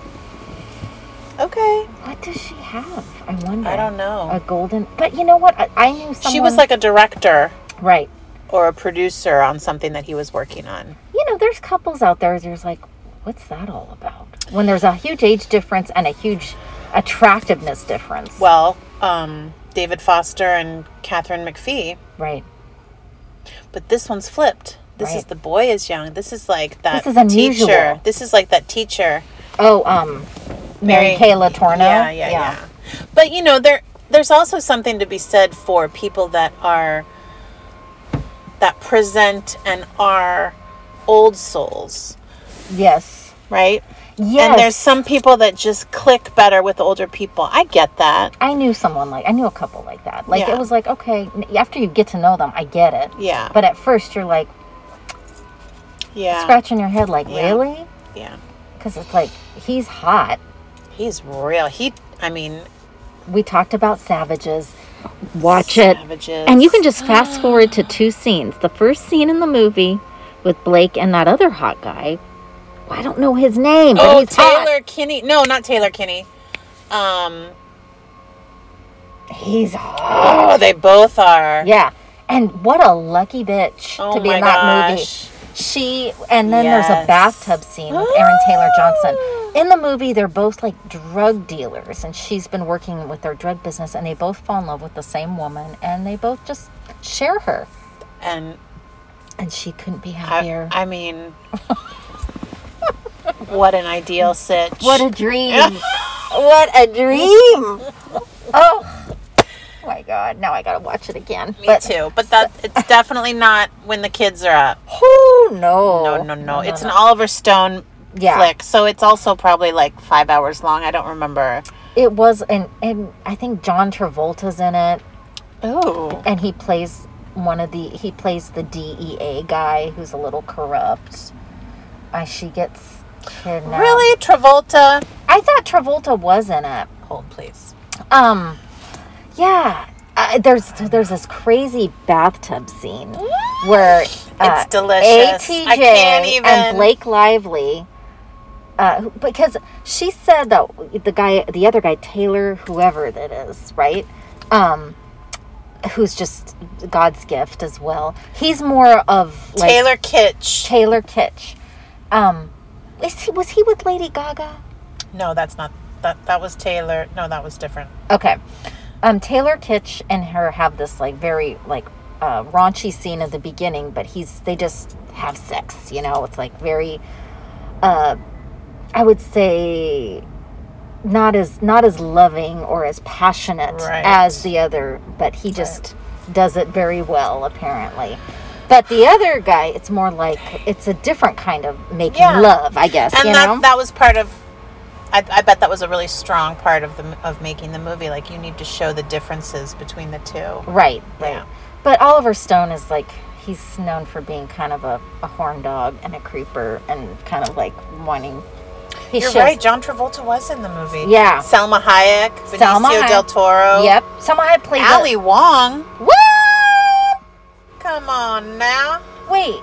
Speaker 1: Okay.
Speaker 2: What does she have? I wonder.
Speaker 1: I don't know.
Speaker 2: A golden. But you know what? I, I knew someone.
Speaker 1: She was like a director
Speaker 2: right.
Speaker 1: or a producer on something that he was working on.
Speaker 2: You know, there's couples out there. There's like, what's that all about? When there's a huge age difference and a huge attractiveness difference.
Speaker 1: Well, um, David Foster and Catherine McPhee,
Speaker 2: right.
Speaker 1: but this one's flipped. This is
Speaker 2: Right.
Speaker 1: the boy is young. This is like that
Speaker 2: This is
Speaker 1: teacher.
Speaker 2: unusual.
Speaker 1: This is like that teacher.
Speaker 2: Oh, um, Mary, Kayla Torno.
Speaker 1: Yeah, yeah, yeah, But you know, there there's also something to be said for people that are that present and are old souls,
Speaker 2: Yes.
Speaker 1: right?
Speaker 2: Yes.
Speaker 1: And there's some people that just click better with older people. I get that.
Speaker 2: I knew someone like I knew a couple like that. Like
Speaker 1: Yeah.
Speaker 2: it was like okay, n- after you get to know them, I get it.
Speaker 1: Yeah.
Speaker 2: But at first, you're like
Speaker 1: yeah.
Speaker 2: scratching your head, like
Speaker 1: Yeah.
Speaker 2: really?
Speaker 1: Yeah.
Speaker 2: Because it's like he's hot,
Speaker 1: He's real. He I mean,
Speaker 2: we talked about savages watch it
Speaker 1: Savages. Ah.
Speaker 2: and you can just fast forward to two scenes the first scene in the movie with blake and that other hot guy well, i don't know his name but
Speaker 1: Oh,
Speaker 2: he's
Speaker 1: Taylor Kinney. No, not Taylor Kinney. Um,
Speaker 2: hot he's hot
Speaker 1: oh, they both are.
Speaker 2: yeah and what a lucky bitch
Speaker 1: Oh
Speaker 2: to be in
Speaker 1: my
Speaker 2: that
Speaker 1: gosh.
Speaker 2: movie she and then there's
Speaker 1: Yes. Ah.
Speaker 2: a bathtub scene with aaron taylor johnson in the movie they're both like drug dealers and she's been working with their drug business and they both fall in love with the same woman and they both just share her
Speaker 1: And
Speaker 2: and she couldn't be happier.
Speaker 1: I, I mean, what an ideal sitch.
Speaker 2: what a dream! what a dream! Oh, my god, now I gotta watch it again.
Speaker 1: Me too. But that it's definitely not when the kids are up.
Speaker 2: Oh no.
Speaker 1: No, no, no. it's an Oliver Stone
Speaker 2: Yeah.
Speaker 1: flick, so it's also probably like five hours long. I don't remember.
Speaker 2: It was and and I think John Travolta's in it
Speaker 1: Ooh.
Speaker 2: and he plays one of the he plays the DEA guy who's a little corrupt. Uh, she gets kidnapped.
Speaker 1: Really, Travolta?
Speaker 2: I thought Travolta was in it.
Speaker 1: Hold please.
Speaker 2: Um, yeah. Uh, there's there's this crazy bathtub scene where uh,
Speaker 1: delicious.
Speaker 2: ATJ
Speaker 1: I can't even.
Speaker 2: and Blake Lively. Uh, who- because she said that the guy, the other guy, Taylor, whoever that is, right? Um, who's just God's gift as well. He's more of like
Speaker 1: Taylor Kitsch.
Speaker 2: Taylor Kitsch. Um, is he was he with Lady Gaga?
Speaker 1: No, that's not that. That was Taylor. No, that was different.
Speaker 2: Okay. Um, Taylor Kitsch and her have this like very like uh, raunchy scene at the beginning, but he's they just have sex. You know, it's like very, uh, I would say, not as not as loving or as passionate
Speaker 1: Right.
Speaker 2: as the other, but he just does it very well apparently. But the other guy, it's more like it's a different kind of making
Speaker 1: Yeah.
Speaker 2: love, I guess.
Speaker 1: And
Speaker 2: you
Speaker 1: that
Speaker 2: know,
Speaker 1: that was part of. I, I bet that was a really strong part of the m- of making the movie. Like you need to show the differences between the two.
Speaker 2: Right, right.
Speaker 1: Yeah.
Speaker 2: But Oliver Stone is like he's known for being kind of a, a horn dog and a creeper and kind of like wanting. He
Speaker 1: You're
Speaker 2: shows-
Speaker 1: right. John Travolta was in the movie.
Speaker 2: Yeah.
Speaker 1: Selma Hayek, Benicio
Speaker 2: Salma Hayek.
Speaker 1: del Toro.
Speaker 2: Yep. Someone had played the-
Speaker 1: Ali Wong.
Speaker 2: What?
Speaker 1: Come on now.
Speaker 2: Wait.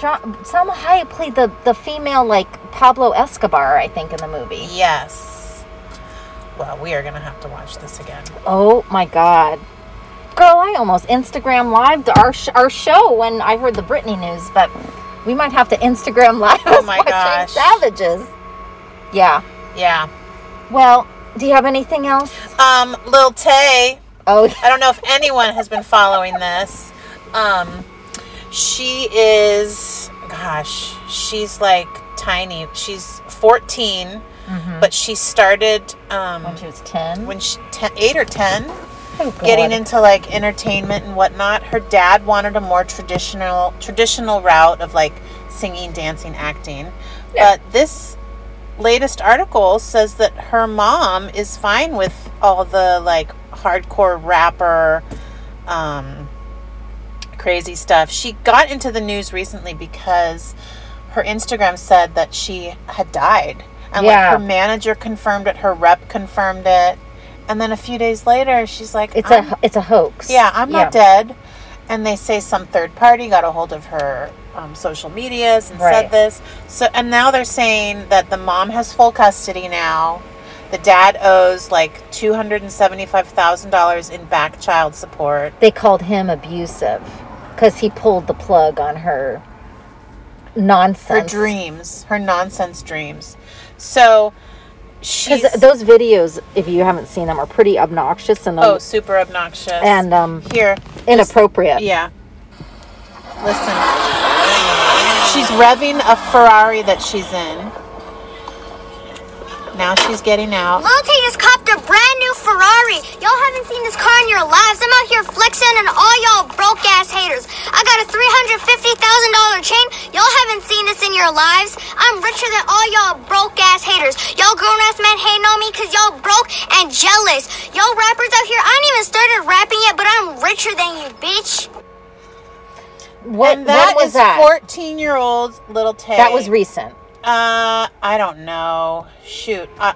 Speaker 2: John, Salma Hayek played the, the female like Pablo Escobar, I think, in the movie.
Speaker 1: Yes. Well, we are gonna have to watch this again.
Speaker 2: Oh my god, girl! I almost Instagram lived our sh- our show when I heard the Britney news, but we might have to Instagram live
Speaker 1: Oh
Speaker 2: us
Speaker 1: my
Speaker 2: watching
Speaker 1: gosh.
Speaker 2: Savages. Yeah.
Speaker 1: Yeah.
Speaker 2: Well, do you have anything else?
Speaker 1: Um, Lil Tay.
Speaker 2: Oh,
Speaker 1: I don't know if anyone has been following this. Um, she is, gosh, she's like tiny. She's 14,
Speaker 2: Mm-hmm.
Speaker 1: but she started um,
Speaker 2: when she was ten.
Speaker 1: when she ten, eight or 10,
Speaker 2: Oh,
Speaker 1: getting
Speaker 2: God.
Speaker 1: into like entertainment and whatnot. Her dad wanted a more traditional traditional route of like singing, dancing, acting, but this latest article says that her mom is fine with all the like hardcore rapper um, crazy stuff. She got into the news recently because her Instagram said that she had died. And
Speaker 2: Yeah.
Speaker 1: like her manager confirmed it, her rep confirmed it. And then a few days later, she's like,
Speaker 2: It's
Speaker 1: "I'm-
Speaker 2: a it's a hoax.
Speaker 1: yeah, I'm not dead. And they say some third party got a hold of her um, social medias and
Speaker 2: Right.
Speaker 1: said this. So, and now they're saying that the mom has full custody now. The dad owes like two hundred and seventy-five thousand dollars in back child support.
Speaker 2: They called him abusive because he pulled the plug on her
Speaker 1: Her
Speaker 2: nonsense.
Speaker 1: dreams, her nonsense dreams. So, she's
Speaker 2: Because those videos, if you haven't seen them, are pretty obnoxious and
Speaker 1: oh, super obnoxious
Speaker 2: and um,
Speaker 1: here.
Speaker 2: inappropriate.
Speaker 1: Yeah. Listen. She's revving a Ferrari that she's in. Now she's getting out.
Speaker 3: Lotte just copped a brand new Ferrari. Y'all haven't seen this car in your lives. I'm out here flexing and all y'all broke ass haters. I got a $350,000 chain. Y'all haven't seen this in your lives. I'm richer than all y'all broke ass haters. Y'all grown ass men hating on me because y'all broke and jealous. Y'all rappers out here, I ain't even started rapping yet, but I'm richer than you, bitch.
Speaker 2: What,
Speaker 1: and that
Speaker 2: when was
Speaker 1: is
Speaker 2: that?
Speaker 1: 14 year old little Tay.
Speaker 2: that was recent.
Speaker 1: Uh, I don't know. Shoot. Uh,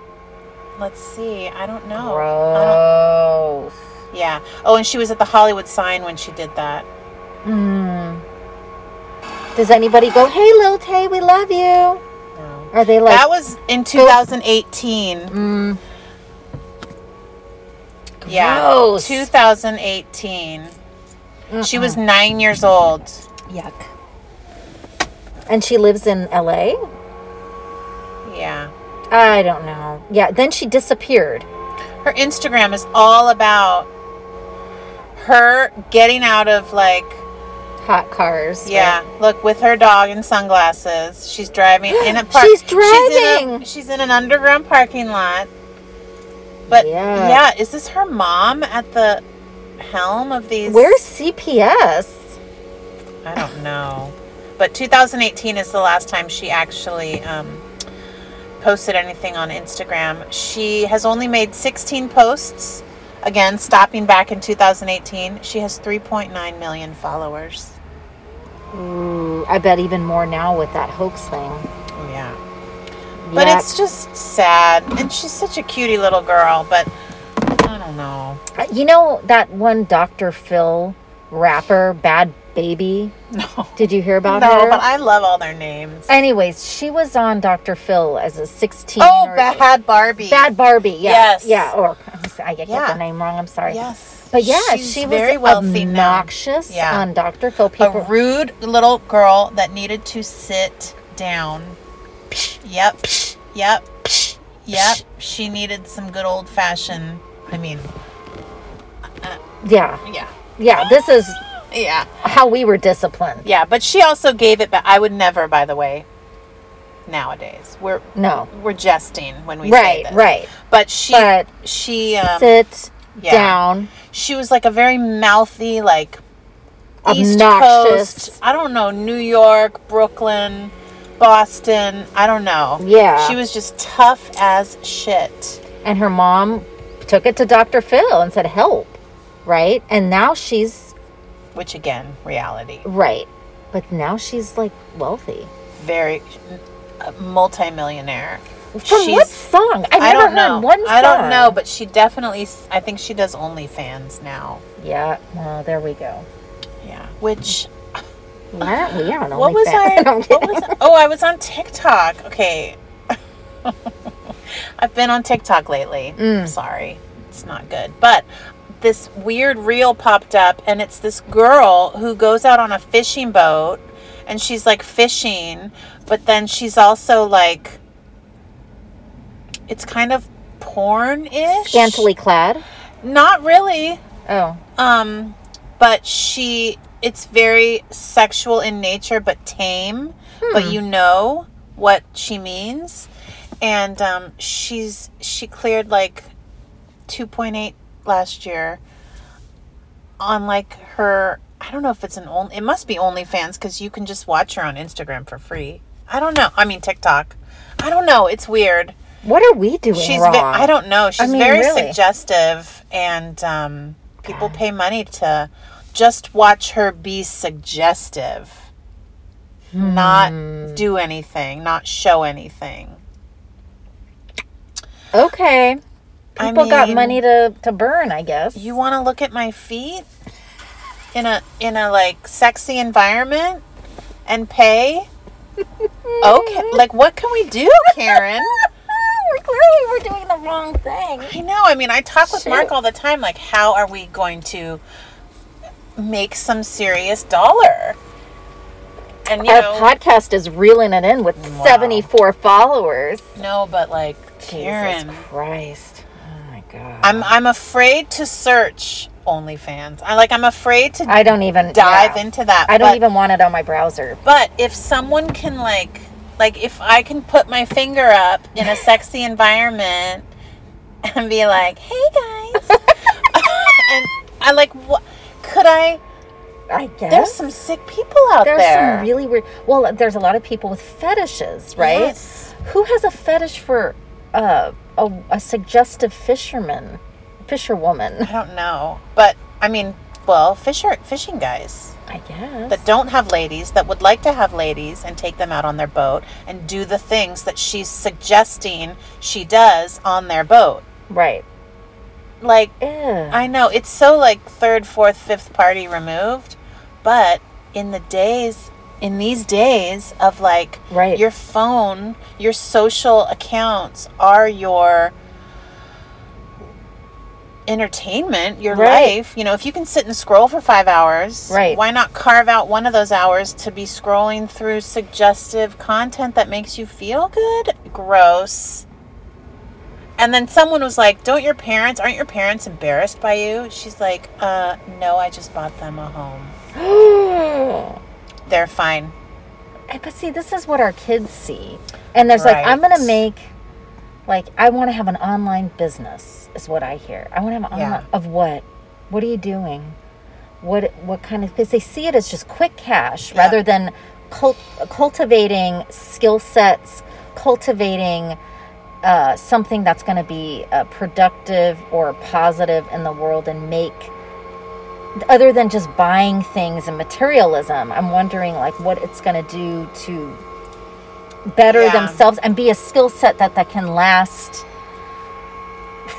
Speaker 1: let's see. Oh, I don't know. I
Speaker 2: Gross.
Speaker 1: don't- yeah. Oh, and she was at the Hollywood sign when she did that.
Speaker 2: Does anybody go, hey, Lil Tay, we love you?
Speaker 1: No.
Speaker 2: Are they like,
Speaker 1: that was in 2018.
Speaker 2: mm,
Speaker 1: Yeah.
Speaker 2: Gross.
Speaker 1: 2018. She was nine years old.
Speaker 2: yuck? And she lives in LA?
Speaker 1: Yeah.
Speaker 2: I don't know. Yeah, then she disappeared.
Speaker 1: her Instagram is all about her getting out of like
Speaker 2: Hot cars.
Speaker 1: yeah look with her dog in sunglasses she's driving in a park
Speaker 2: She's
Speaker 1: she's in,
Speaker 2: driving!
Speaker 1: a, she's in an underground parking lot but
Speaker 2: Yeah.
Speaker 1: yeah is this her mom at the helm of these.
Speaker 2: Where's CPS?
Speaker 1: I don't know. But 2018 is the last time she actually um, posted anything on Instagram. She has only made 16 posts. Again, stopping back in 2018, she has 3.9 million followers.
Speaker 2: Ooh, I bet even more now with that hoax thing.
Speaker 1: Yeah. But
Speaker 2: Oh, Yeah.
Speaker 1: it's just sad. And she's such a cutie little girl, but I don't know.
Speaker 2: Uh, you know that one Dr. Phil rapper, Bad Baby?
Speaker 1: No.
Speaker 2: Did you hear
Speaker 1: No,
Speaker 2: about her?
Speaker 1: but I love all their names.
Speaker 2: Anyways, she was on Dr. Phil as a 16
Speaker 1: Oh,
Speaker 2: or-
Speaker 1: Bad Barbie.
Speaker 2: Bad Barbie. Yeah.
Speaker 1: Yes.
Speaker 2: Yeah, or I get
Speaker 1: Yeah.
Speaker 2: the name wrong. I'm sorry.
Speaker 1: Yes.
Speaker 2: But yeah,
Speaker 1: She's
Speaker 2: she was
Speaker 1: very
Speaker 2: very
Speaker 1: wealthy now.
Speaker 2: obnoxious
Speaker 1: Yeah.
Speaker 2: on Dr. Phil.
Speaker 1: a
Speaker 2: People
Speaker 1: rude little girl that needed to sit down. Yep. Yep. Yep. She needed some good old fashioned. I mean,
Speaker 2: Yeah.
Speaker 1: yeah.
Speaker 2: Yeah, this is
Speaker 1: Yeah.
Speaker 2: how we were disciplined.
Speaker 1: Yeah, but she also gave it back. I would never, by the way, nowadays. We're
Speaker 2: No.
Speaker 1: we're jesting when we say
Speaker 2: Right,
Speaker 1: this.
Speaker 2: right.
Speaker 1: But she
Speaker 2: But
Speaker 1: she um,
Speaker 2: Sit
Speaker 1: yeah.
Speaker 2: down.
Speaker 1: she was like a very mouthy like East
Speaker 2: Obnoxious.
Speaker 1: Coast, I don't know, New York, Brooklyn, Boston, I don't know.
Speaker 2: Yeah.
Speaker 1: She was just tough as shit.
Speaker 2: And her mom took it to Dr. Phil and said, help. Right? And now she's
Speaker 1: Which again, reality.
Speaker 2: right. But now she's like wealthy.
Speaker 1: Very a multi-millionaire.
Speaker 2: From what song? I've
Speaker 1: I
Speaker 2: never
Speaker 1: don't
Speaker 2: heard
Speaker 1: know.
Speaker 2: one song.
Speaker 1: I don't know, but she definitely s- I think she does OnlyFans now.
Speaker 2: yeah. Well, there we go.
Speaker 1: Yeah. Which
Speaker 2: Why aren't we on
Speaker 1: what was I?
Speaker 2: OnlyFans? No, I'm
Speaker 1: what
Speaker 2: kidding.
Speaker 1: was- oh, I was on TikTok. Okay, I've been on TikTok lately.
Speaker 2: Mm.
Speaker 1: Sorry, it's not good. But this weird reel popped up, and it's this girl who goes out on a fishing boat, and she's like fishing, but then she's also like, it's kind of porn ish.
Speaker 2: Scantily clad.
Speaker 1: Not really.
Speaker 2: Oh.
Speaker 1: Um, but she it's very sexual in nature, but tame. But you know what she means, and um, she's she cleared like two point eight last year on like her. I don't know if it's an only. It must be OnlyFans because you can just watch her on Instagram for free. I don't know. I mean TikTok. I don't know. It's weird.
Speaker 2: What are we doing
Speaker 1: She's
Speaker 2: wrong?
Speaker 1: ve- I don't know. She's
Speaker 2: mean,
Speaker 1: very
Speaker 2: really.
Speaker 1: suggestive, and um, people pay money to just watch her be suggestive,
Speaker 2: Hmm.
Speaker 1: not do anything, not show anything.
Speaker 2: Okay.
Speaker 1: I
Speaker 2: People got
Speaker 1: mean,
Speaker 2: money to, to burn, I guess.
Speaker 1: You want to look at my feet in a in a like sexy environment and pay? Okay, like what can we do, Karen?
Speaker 2: Ah, we're clearly we're doing the wrong thing.
Speaker 1: I know. I mean, I talk with Mark
Speaker 2: Shoot.
Speaker 1: all the time. Like, how are we going to make some serious dollar? And you
Speaker 2: Our
Speaker 1: know,
Speaker 2: podcast is reeling it in with
Speaker 1: Wow.
Speaker 2: 74 followers.
Speaker 1: no, but like, Karen,
Speaker 2: Jesus Christ. Oh my God.
Speaker 1: I'm I'm afraid to search OnlyFans. I like, I'm afraid to
Speaker 2: I don't even
Speaker 1: dive
Speaker 2: yeah.
Speaker 1: into that.
Speaker 2: I don't
Speaker 1: but-
Speaker 2: even want it on my browser.
Speaker 1: But if someone can like, like, if I can put my finger up in a sexy environment and be like, "Hey guys," and I like, what could I?
Speaker 2: I guess.
Speaker 1: There's some sick people out
Speaker 2: There's
Speaker 1: there.
Speaker 2: some really weird. Well, there's a lot of people with fetishes, right?
Speaker 1: Yes.
Speaker 2: Who has a fetish for uh, a, a suggestive fisherman, fisherwoman?
Speaker 1: I don't know, but I mean, well, fisher fishing guys
Speaker 2: I guess.
Speaker 1: that don't have ladies that would like to have ladies and take them out on their boat and do the things that she's suggesting she does on their boat.
Speaker 2: right.
Speaker 1: Like
Speaker 2: Ew.
Speaker 1: I know it's so like third, fourth, fifth party removed, but in the days in these days of like
Speaker 2: Right.
Speaker 1: your phone, your social accounts are your entertainment, your
Speaker 2: Right.
Speaker 1: life. You know, if you can sit and scroll for 5 hours,
Speaker 2: Right.
Speaker 1: why not carve out one of those hours to be scrolling through suggestive content that makes you feel good? Gross. And then someone was like, "Don't your parents? Aren't your parents embarrassed by you?" She's like, "Uh, no, I just bought them a home. They're fine."
Speaker 2: Eh, but see, this is what our kids see. And there's like, I'm
Speaker 1: Right.
Speaker 2: going to make, like, I want to have an online business, is what I hear. I want to have an
Speaker 1: Yeah.
Speaker 2: online, of what? what are you doing? What what kind of because they see it as just quick cash rather than cult, cultivating skill sets, cultivating uh, something that's going to be uh, productive or positive in the world and make other than just buying things and materialism i'm wondering like what it's going to do to better
Speaker 1: Yeah.
Speaker 2: themselves and be a skill set that that can last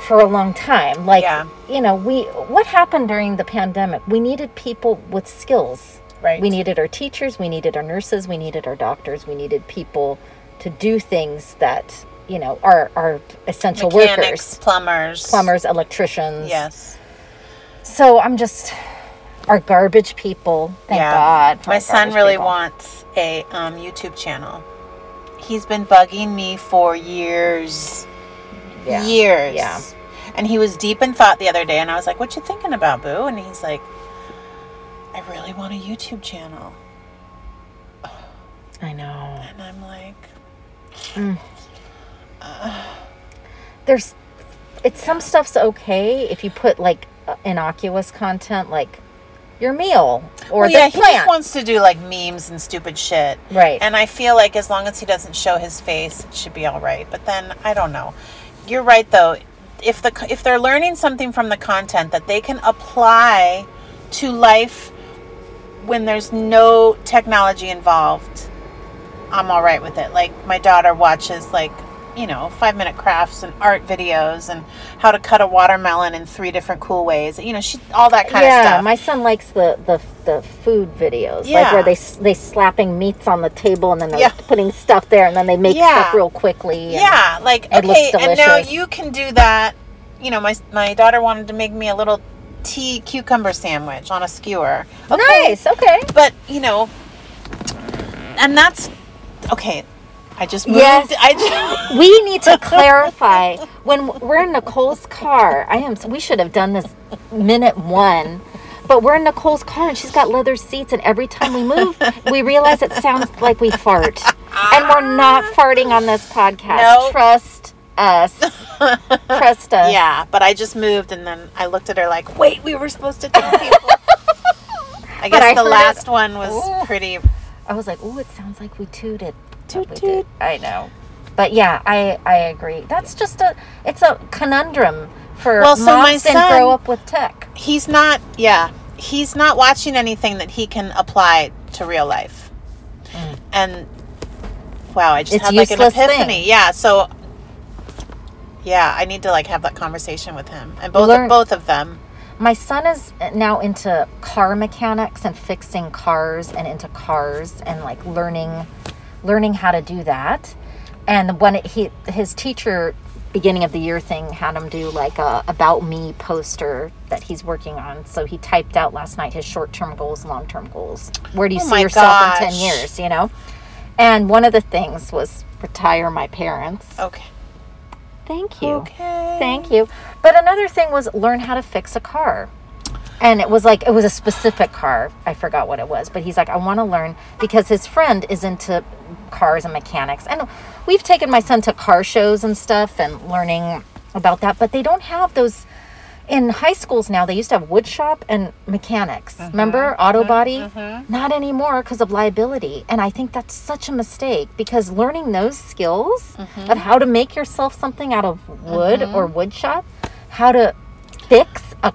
Speaker 2: for a long time like
Speaker 1: Yeah.
Speaker 2: you know we what happened during the pandemic we needed people with skills
Speaker 1: Right.
Speaker 2: we needed our teachers we needed our nurses we needed our doctors we needed people to do things that you know are are essential
Speaker 1: Mechanics,
Speaker 2: workers
Speaker 1: plumbers.
Speaker 2: plumbers electricians
Speaker 1: Yes.
Speaker 2: so i'm just our garbage people thank god for
Speaker 1: My
Speaker 2: our
Speaker 1: son
Speaker 2: garbage
Speaker 1: really
Speaker 2: people.
Speaker 1: wants a um, YouTube channel. He's been bugging me for years.
Speaker 2: Yeah.
Speaker 1: Years.
Speaker 2: Yeah.
Speaker 1: And he was deep in thought the other day, and I was like, What you thinking about, Boo? And he's like, I really want a YouTube channel.
Speaker 2: i know
Speaker 1: And I'm like,
Speaker 2: there's it's some stuff's okay if you put like uh, innocuous content like your meal or
Speaker 1: Well, yeah,
Speaker 2: this
Speaker 1: he
Speaker 2: plant
Speaker 1: just wants to do like memes and stupid shit.
Speaker 2: Right.
Speaker 1: And I feel like as long as he doesn't show his face, it should be all right. But then I don't know. You're right though. If the if they're learning something from the content that they can apply to life when there's no technology involved, I'm all right with it. Like my daughter watches like you know five minute crafts and art videos and how to cut a watermelon in three different cool ways. You know, she all that kind
Speaker 2: yeah,
Speaker 1: of stuff.
Speaker 2: my son likes the, the the food videos, like
Speaker 1: Yeah.
Speaker 2: where they s- they slapping meats on the table and then they're
Speaker 1: Yeah.
Speaker 2: putting stuff there and then they make
Speaker 1: Yeah.
Speaker 2: stuff real quickly. and-
Speaker 1: Yeah, like
Speaker 2: It looks
Speaker 1: okay, and now
Speaker 2: delicious.
Speaker 1: you can do that. You know, my my daughter wanted to make me a little tea cucumber sandwich on a skewer. Okay,
Speaker 2: Nice. Okay.
Speaker 1: but you know, and that's okay. I just moved.
Speaker 2: Yes.
Speaker 1: I just,
Speaker 2: We need to clarify when we're in Nicole's car. I am. We should have done this minute one, but we're in Nicole's car and she's got leather seats. And every time we move, we realize it sounds like we fart, and we're not farting on this podcast.
Speaker 1: No.
Speaker 2: Trust us. Trust us.
Speaker 1: yeah, but I just moved, and then I looked at her like, "Wait, we were supposed to tell people." I guess
Speaker 2: I
Speaker 1: the
Speaker 2: heard it.
Speaker 1: last one was
Speaker 2: Ooh.
Speaker 1: pretty.
Speaker 2: I was like, oh, it sounds like we tooted. But
Speaker 1: Toot
Speaker 2: we
Speaker 1: toot.
Speaker 2: did. I know. But yeah, I I agree. That's just a it's a conundrum for
Speaker 1: Well,
Speaker 2: moms
Speaker 1: so my
Speaker 2: and grow
Speaker 1: son-
Speaker 2: up with tech.
Speaker 1: He's not. Yeah, he's not watching anything that he can apply to real life. And wow, I just
Speaker 2: Mm. It's
Speaker 1: had like an
Speaker 2: useless thing.
Speaker 1: epiphany. Yeah, so yeah, I need to like have that conversation with him and both
Speaker 2: Learn-
Speaker 1: both of them.
Speaker 2: My son is now into car mechanics and fixing cars and into cars and like learning learning how to do that. And when it, he his teacher beginning of the year thing had him do like a about me poster that he's working on. So he typed out last night his short-term goals, long-term goals. Where do you
Speaker 1: Oh
Speaker 2: see
Speaker 1: my
Speaker 2: yourself in 10
Speaker 1: gosh.
Speaker 2: years, you know? And one of the things was retire my parents.
Speaker 1: Okay.
Speaker 2: Thank you.
Speaker 1: Oh, Okay.
Speaker 2: Thank you. But another thing was learn how to fix a car. And it was like, it was a specific car. I forgot what it was. But he's like, I want to learn because his friend is into cars and mechanics. And we've taken my son to car shows and stuff and learning about that. But they don't have those. In high schools now, they used to have wood shop and mechanics. Remember, auto body? Not anymore because of liability. And I think that's such a mistake because learning those skills of how to make yourself something out of wood or wood shop, how to fix a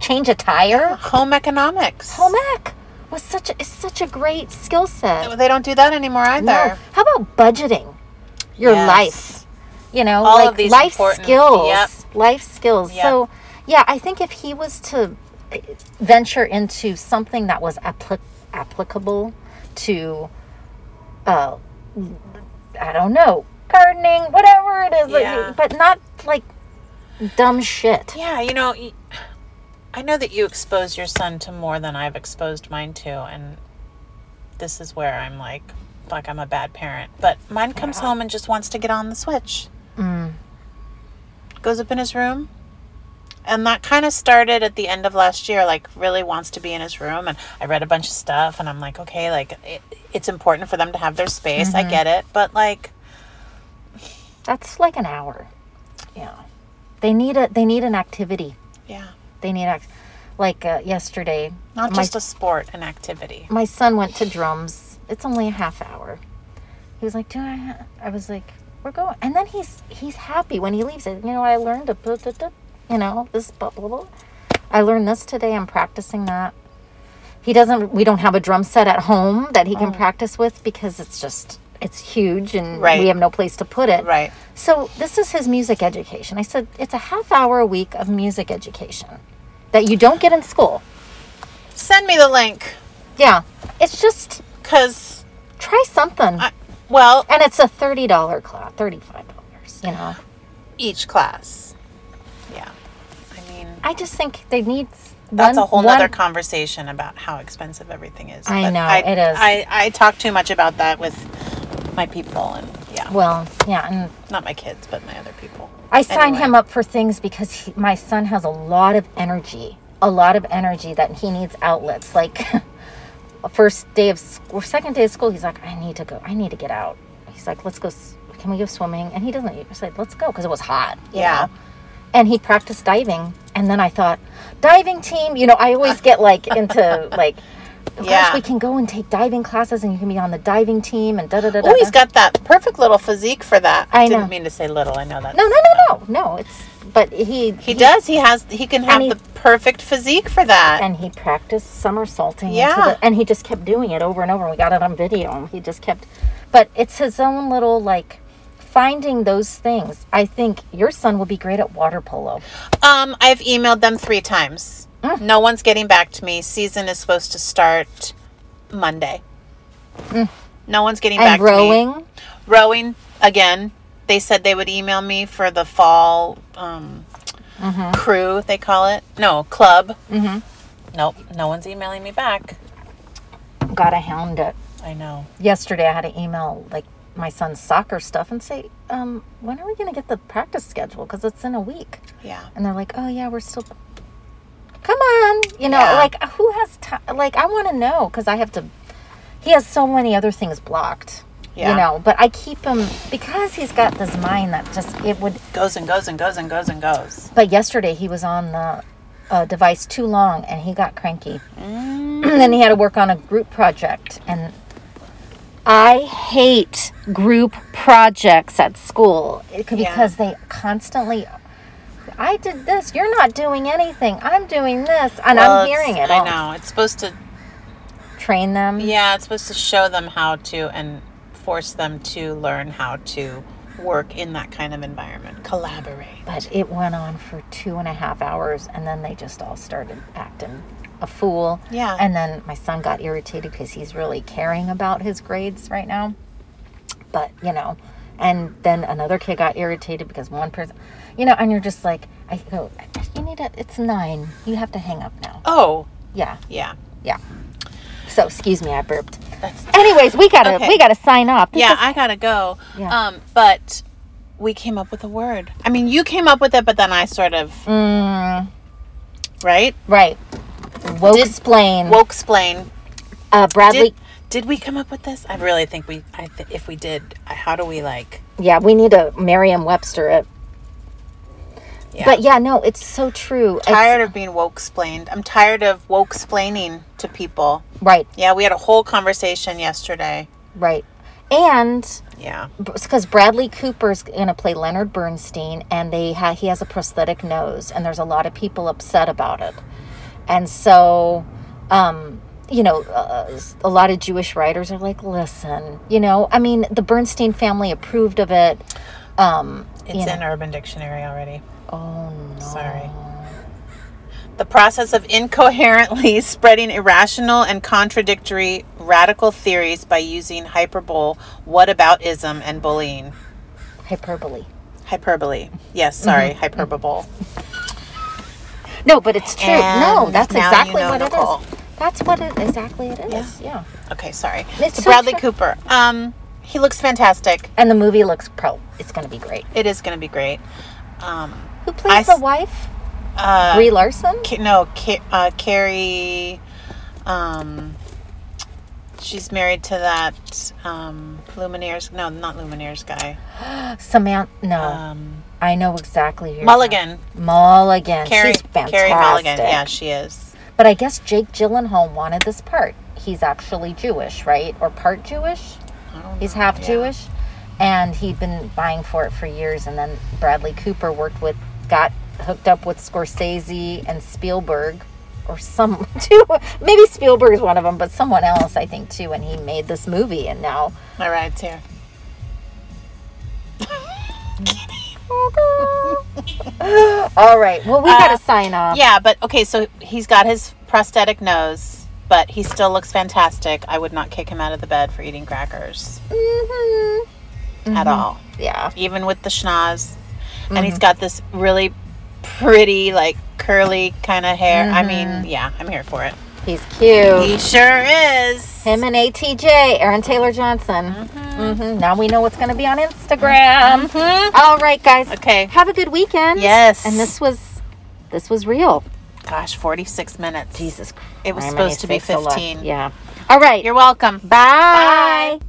Speaker 2: change a tire,
Speaker 1: Home economics.
Speaker 2: home ec was such a, is such a great skill set.
Speaker 1: They don't do that anymore either.
Speaker 2: No. How about budgeting your
Speaker 1: Yes.
Speaker 2: life? You know,
Speaker 1: All
Speaker 2: like
Speaker 1: of these
Speaker 2: life
Speaker 1: important-
Speaker 2: skills.
Speaker 1: yep.
Speaker 2: Life skills.
Speaker 1: Yep.
Speaker 2: So, yeah, I think if he was to uh, venture into something that was appli- applicable to, uh, I don't know, gardening, whatever it is, like,
Speaker 1: Yeah.
Speaker 2: but not like dumb shit.
Speaker 1: Yeah, you know, y- I know that you expose your son to more than I've exposed mine to, and this is where I'm like, fuck, I'm a bad parent. But mine comes home and just wants to get on the Switch. Mm. Goes up in his room. And that kind of started at the end of last year, like, really wants to be in his room. And I read a bunch of stuff, and I'm like, okay, like, it, it's important for them to have their space. I get it. But, like,
Speaker 2: That's like an hour. Yeah. They need a they need an activity.
Speaker 1: yeah.
Speaker 2: They need act. Like uh, yesterday,
Speaker 1: Not
Speaker 2: my
Speaker 1: just a sport, an activity.
Speaker 2: my son went to drums. It's only a half hour. He was like, "Do I?" ha-" I was like, "We're going." And then he's he's happy when he leaves. He's, You know, I learned a blah, blah, blah, you know this blah blah blah. I learned this today. I'm practicing that. He doesn't. We don't have a drum set at home that he
Speaker 1: Mm.
Speaker 2: can practice with because it's just it's huge and
Speaker 1: Right.
Speaker 2: we have no place to put it.
Speaker 1: Right.
Speaker 2: So this is his music education. I said it's a half hour a week of music education that you don't get in school.
Speaker 1: Send me the link,
Speaker 2: Yeah, it's just
Speaker 1: cause
Speaker 2: try something.
Speaker 1: I, well,
Speaker 2: And it's a thirty dollar class, thirty five dollars. You know,
Speaker 1: each class. Yeah. I mean,
Speaker 2: I just think they need s-
Speaker 1: that's
Speaker 2: one-
Speaker 1: a whole
Speaker 2: one-
Speaker 1: nother conversation about how expensive everything is.
Speaker 2: I
Speaker 1: but
Speaker 2: know,
Speaker 1: I,
Speaker 2: it is.
Speaker 1: I, I talk too much about that with my people and yeah,
Speaker 2: Well, yeah, and
Speaker 1: not my kids, but my other people.
Speaker 2: I sign
Speaker 1: Anyway.
Speaker 2: him up for things because he, my son has a lot of energy, a lot of energy that he needs outlets. Like first day of school, second day of school, he's like, I need to go, I need to get out. He's like, let's go. s- Can we go swimming? And he doesn't. He's like, let's go because it was hot. you
Speaker 1: Yeah.
Speaker 2: know? And he practiced diving, and then I thought, diving team. You know, I always get like into like. Gosh,
Speaker 1: Yeah.
Speaker 2: we can go and take diving classes, and you can be on the diving team, and da da da da.
Speaker 1: Oh, he's got that perfect little physique for that.
Speaker 2: I know.
Speaker 1: didn't mean to say little. I know that.
Speaker 2: no, no, no, no, no. It's but he
Speaker 1: He does. He has. He can have
Speaker 2: he-
Speaker 1: the perfect physique for that.
Speaker 2: and he practiced somersaulting. into
Speaker 1: Yeah.
Speaker 2: the- and he just kept doing it over and over. We got it on video. and He just kept, but it's his own little like finding those things. I think your son will be great at water polo.
Speaker 1: Um, I've emailed them three times.
Speaker 2: Mm.
Speaker 1: No one's getting back to me. Season is supposed to start Monday. No one's getting back
Speaker 2: Mm. And
Speaker 1: to me.
Speaker 2: rowing,
Speaker 1: Rowing again. They said they would email me for the fall um,
Speaker 2: Mm-hmm.
Speaker 1: crew. They call it no club. Mm-hmm. Nope. No one's emailing me back.
Speaker 2: gotta hound it.
Speaker 1: I know.
Speaker 2: Yesterday, I had to email like my son's soccer stuff and say, um, when are we gonna get the practice schedule? Because it's in a week.
Speaker 1: Yeah.
Speaker 2: And they're like, oh yeah, we're still. Come on, you know,
Speaker 1: Yeah.
Speaker 2: like who has time? Like I want to know because I have to. He has so many other things blocked.
Speaker 1: Yeah.
Speaker 2: You know, but I keep him because he's got this mind that just it would.
Speaker 1: Goes and goes and goes and goes and goes.
Speaker 2: But yesterday he was on the uh, device too long and he got cranky. then he had to work on a group project and. I hate group projects at school it could-
Speaker 1: Yeah.
Speaker 2: because they constantly. I did this. You're not doing anything. I'm doing this, and
Speaker 1: Well,
Speaker 2: I'm
Speaker 1: it's-
Speaker 2: hearing it. Oh.
Speaker 1: I
Speaker 2: all.
Speaker 1: know. It's supposed to
Speaker 2: Train them.
Speaker 1: Yeah, it's supposed to show them how to and force them to learn how to work in that kind of environment, collaborate.
Speaker 2: But it went on for two and a half hours, and then they just all started acting a fool.
Speaker 1: Yeah.
Speaker 2: And then my son got irritated because he's really caring about his grades right now. But, you know, and then another kid got irritated because one person, you know, and you're just like, I go, you need to, it's nine. You have to hang up now.
Speaker 1: Oh,
Speaker 2: Yeah.
Speaker 1: yeah.
Speaker 2: Yeah. So, excuse me, I burped.
Speaker 1: That's
Speaker 2: Anyways, we gotta
Speaker 1: Okay.
Speaker 2: we gotta sign off. This
Speaker 1: Yeah,
Speaker 2: is-
Speaker 1: I got to go.
Speaker 2: Yeah.
Speaker 1: Um, but we came up with a word. I mean, you came up with it, but then I sort of Mm. right?
Speaker 2: right. Woke explain.
Speaker 1: Woke explain.
Speaker 2: uh, Bradley.
Speaker 1: Did, did we come up with this? I really think we I th- if we did, I- how do we like
Speaker 2: Yeah, we need to Merriam-Webster it.
Speaker 1: Yeah.
Speaker 2: But yeah, no, it's so true. It's-
Speaker 1: tired of being woke explained. I'm tired of woke explaining to people.
Speaker 2: right,
Speaker 1: Yeah, we had a whole conversation yesterday.
Speaker 2: right, and
Speaker 1: Yeah.
Speaker 2: because Bradley Cooper's gonna play Leonard Bernstein, and they ha- he has a prosthetic nose, and there's a lot of people upset about it, and so, um, you know, uh, a lot of Jewish writers are like, listen, you know, I mean, the Bernstein family approved of it. Um,
Speaker 1: It's
Speaker 2: you know,
Speaker 1: in Urban Dictionary already.
Speaker 2: oh no,
Speaker 1: Sorry. The process of incoherently spreading irrational and contradictory radical theories by using hyperbole, whataboutism, and bullying.
Speaker 2: hyperbole.
Speaker 1: Hyperbole. Yes, sorry, hyperbole.
Speaker 2: No, but it's true. no,
Speaker 1: And
Speaker 2: that's
Speaker 1: now you
Speaker 2: exactly
Speaker 1: know,
Speaker 2: what
Speaker 1: Nicole.
Speaker 2: it is. That's what it exactly it is. Yeah.
Speaker 1: Okay, sorry.
Speaker 2: It's
Speaker 1: so
Speaker 2: so
Speaker 1: Bradley
Speaker 2: true.
Speaker 1: Cooper. Um, he looks fantastic.
Speaker 2: And the movie looks pro. It's going to be great.
Speaker 1: It is going to be great. Um,
Speaker 2: Who
Speaker 1: I
Speaker 2: plays
Speaker 1: s-
Speaker 2: the wife?
Speaker 1: uh,
Speaker 2: Brie Larson.
Speaker 1: Ca- no, Ca- uh, Carrie. Um, she's married to that um, Lumineers. No, not Lumineers guy.
Speaker 2: Samantha. No,
Speaker 1: Um,
Speaker 2: I know exactly who. you're
Speaker 1: Mulligan.
Speaker 2: talking- Mulligan.
Speaker 1: Carrie.
Speaker 2: She's fantastic.
Speaker 1: Carrie Mulligan. Yeah, she is.
Speaker 2: But I guess Jake Gyllenhaal wanted this part. He's actually Jewish, right? Or part Jewish? He's half Jewish. And he'd been buying for it for years. And then Bradley Cooper worked with, got hooked up with Scorsese and Spielberg or some, too. Maybe Spielberg is one of them, but someone else, I think, too. And he made this movie. And now
Speaker 1: My ride's here.
Speaker 2: All right. Well, we
Speaker 1: Uh,
Speaker 2: gotta sign off.
Speaker 1: Yeah, but okay, so he's got his prosthetic nose, but he still looks fantastic. I would not kick him out of the bed for eating crackers
Speaker 2: Mhm.
Speaker 1: at all,
Speaker 2: Yeah.
Speaker 1: even with the schnoz. And he's got this really pretty, like curly kind of hair. I mean, yeah, I'm here for it.
Speaker 2: He's cute.
Speaker 1: He sure is.
Speaker 2: Him and ATJ, Aaron Taylor Johnson. Mhm. Now we know what's gonna be on Instagram. All right, guys.
Speaker 1: Okay.
Speaker 2: Have a good weekend.
Speaker 1: Yes.
Speaker 2: And this was, this was real.
Speaker 1: Gosh, 46 minutes.
Speaker 2: Jesus Christ.
Speaker 1: It was
Speaker 2: my
Speaker 1: supposed to be
Speaker 2: sakes alive.
Speaker 1: 15.
Speaker 2: Yeah. All right.
Speaker 1: You're welcome.
Speaker 2: Bye.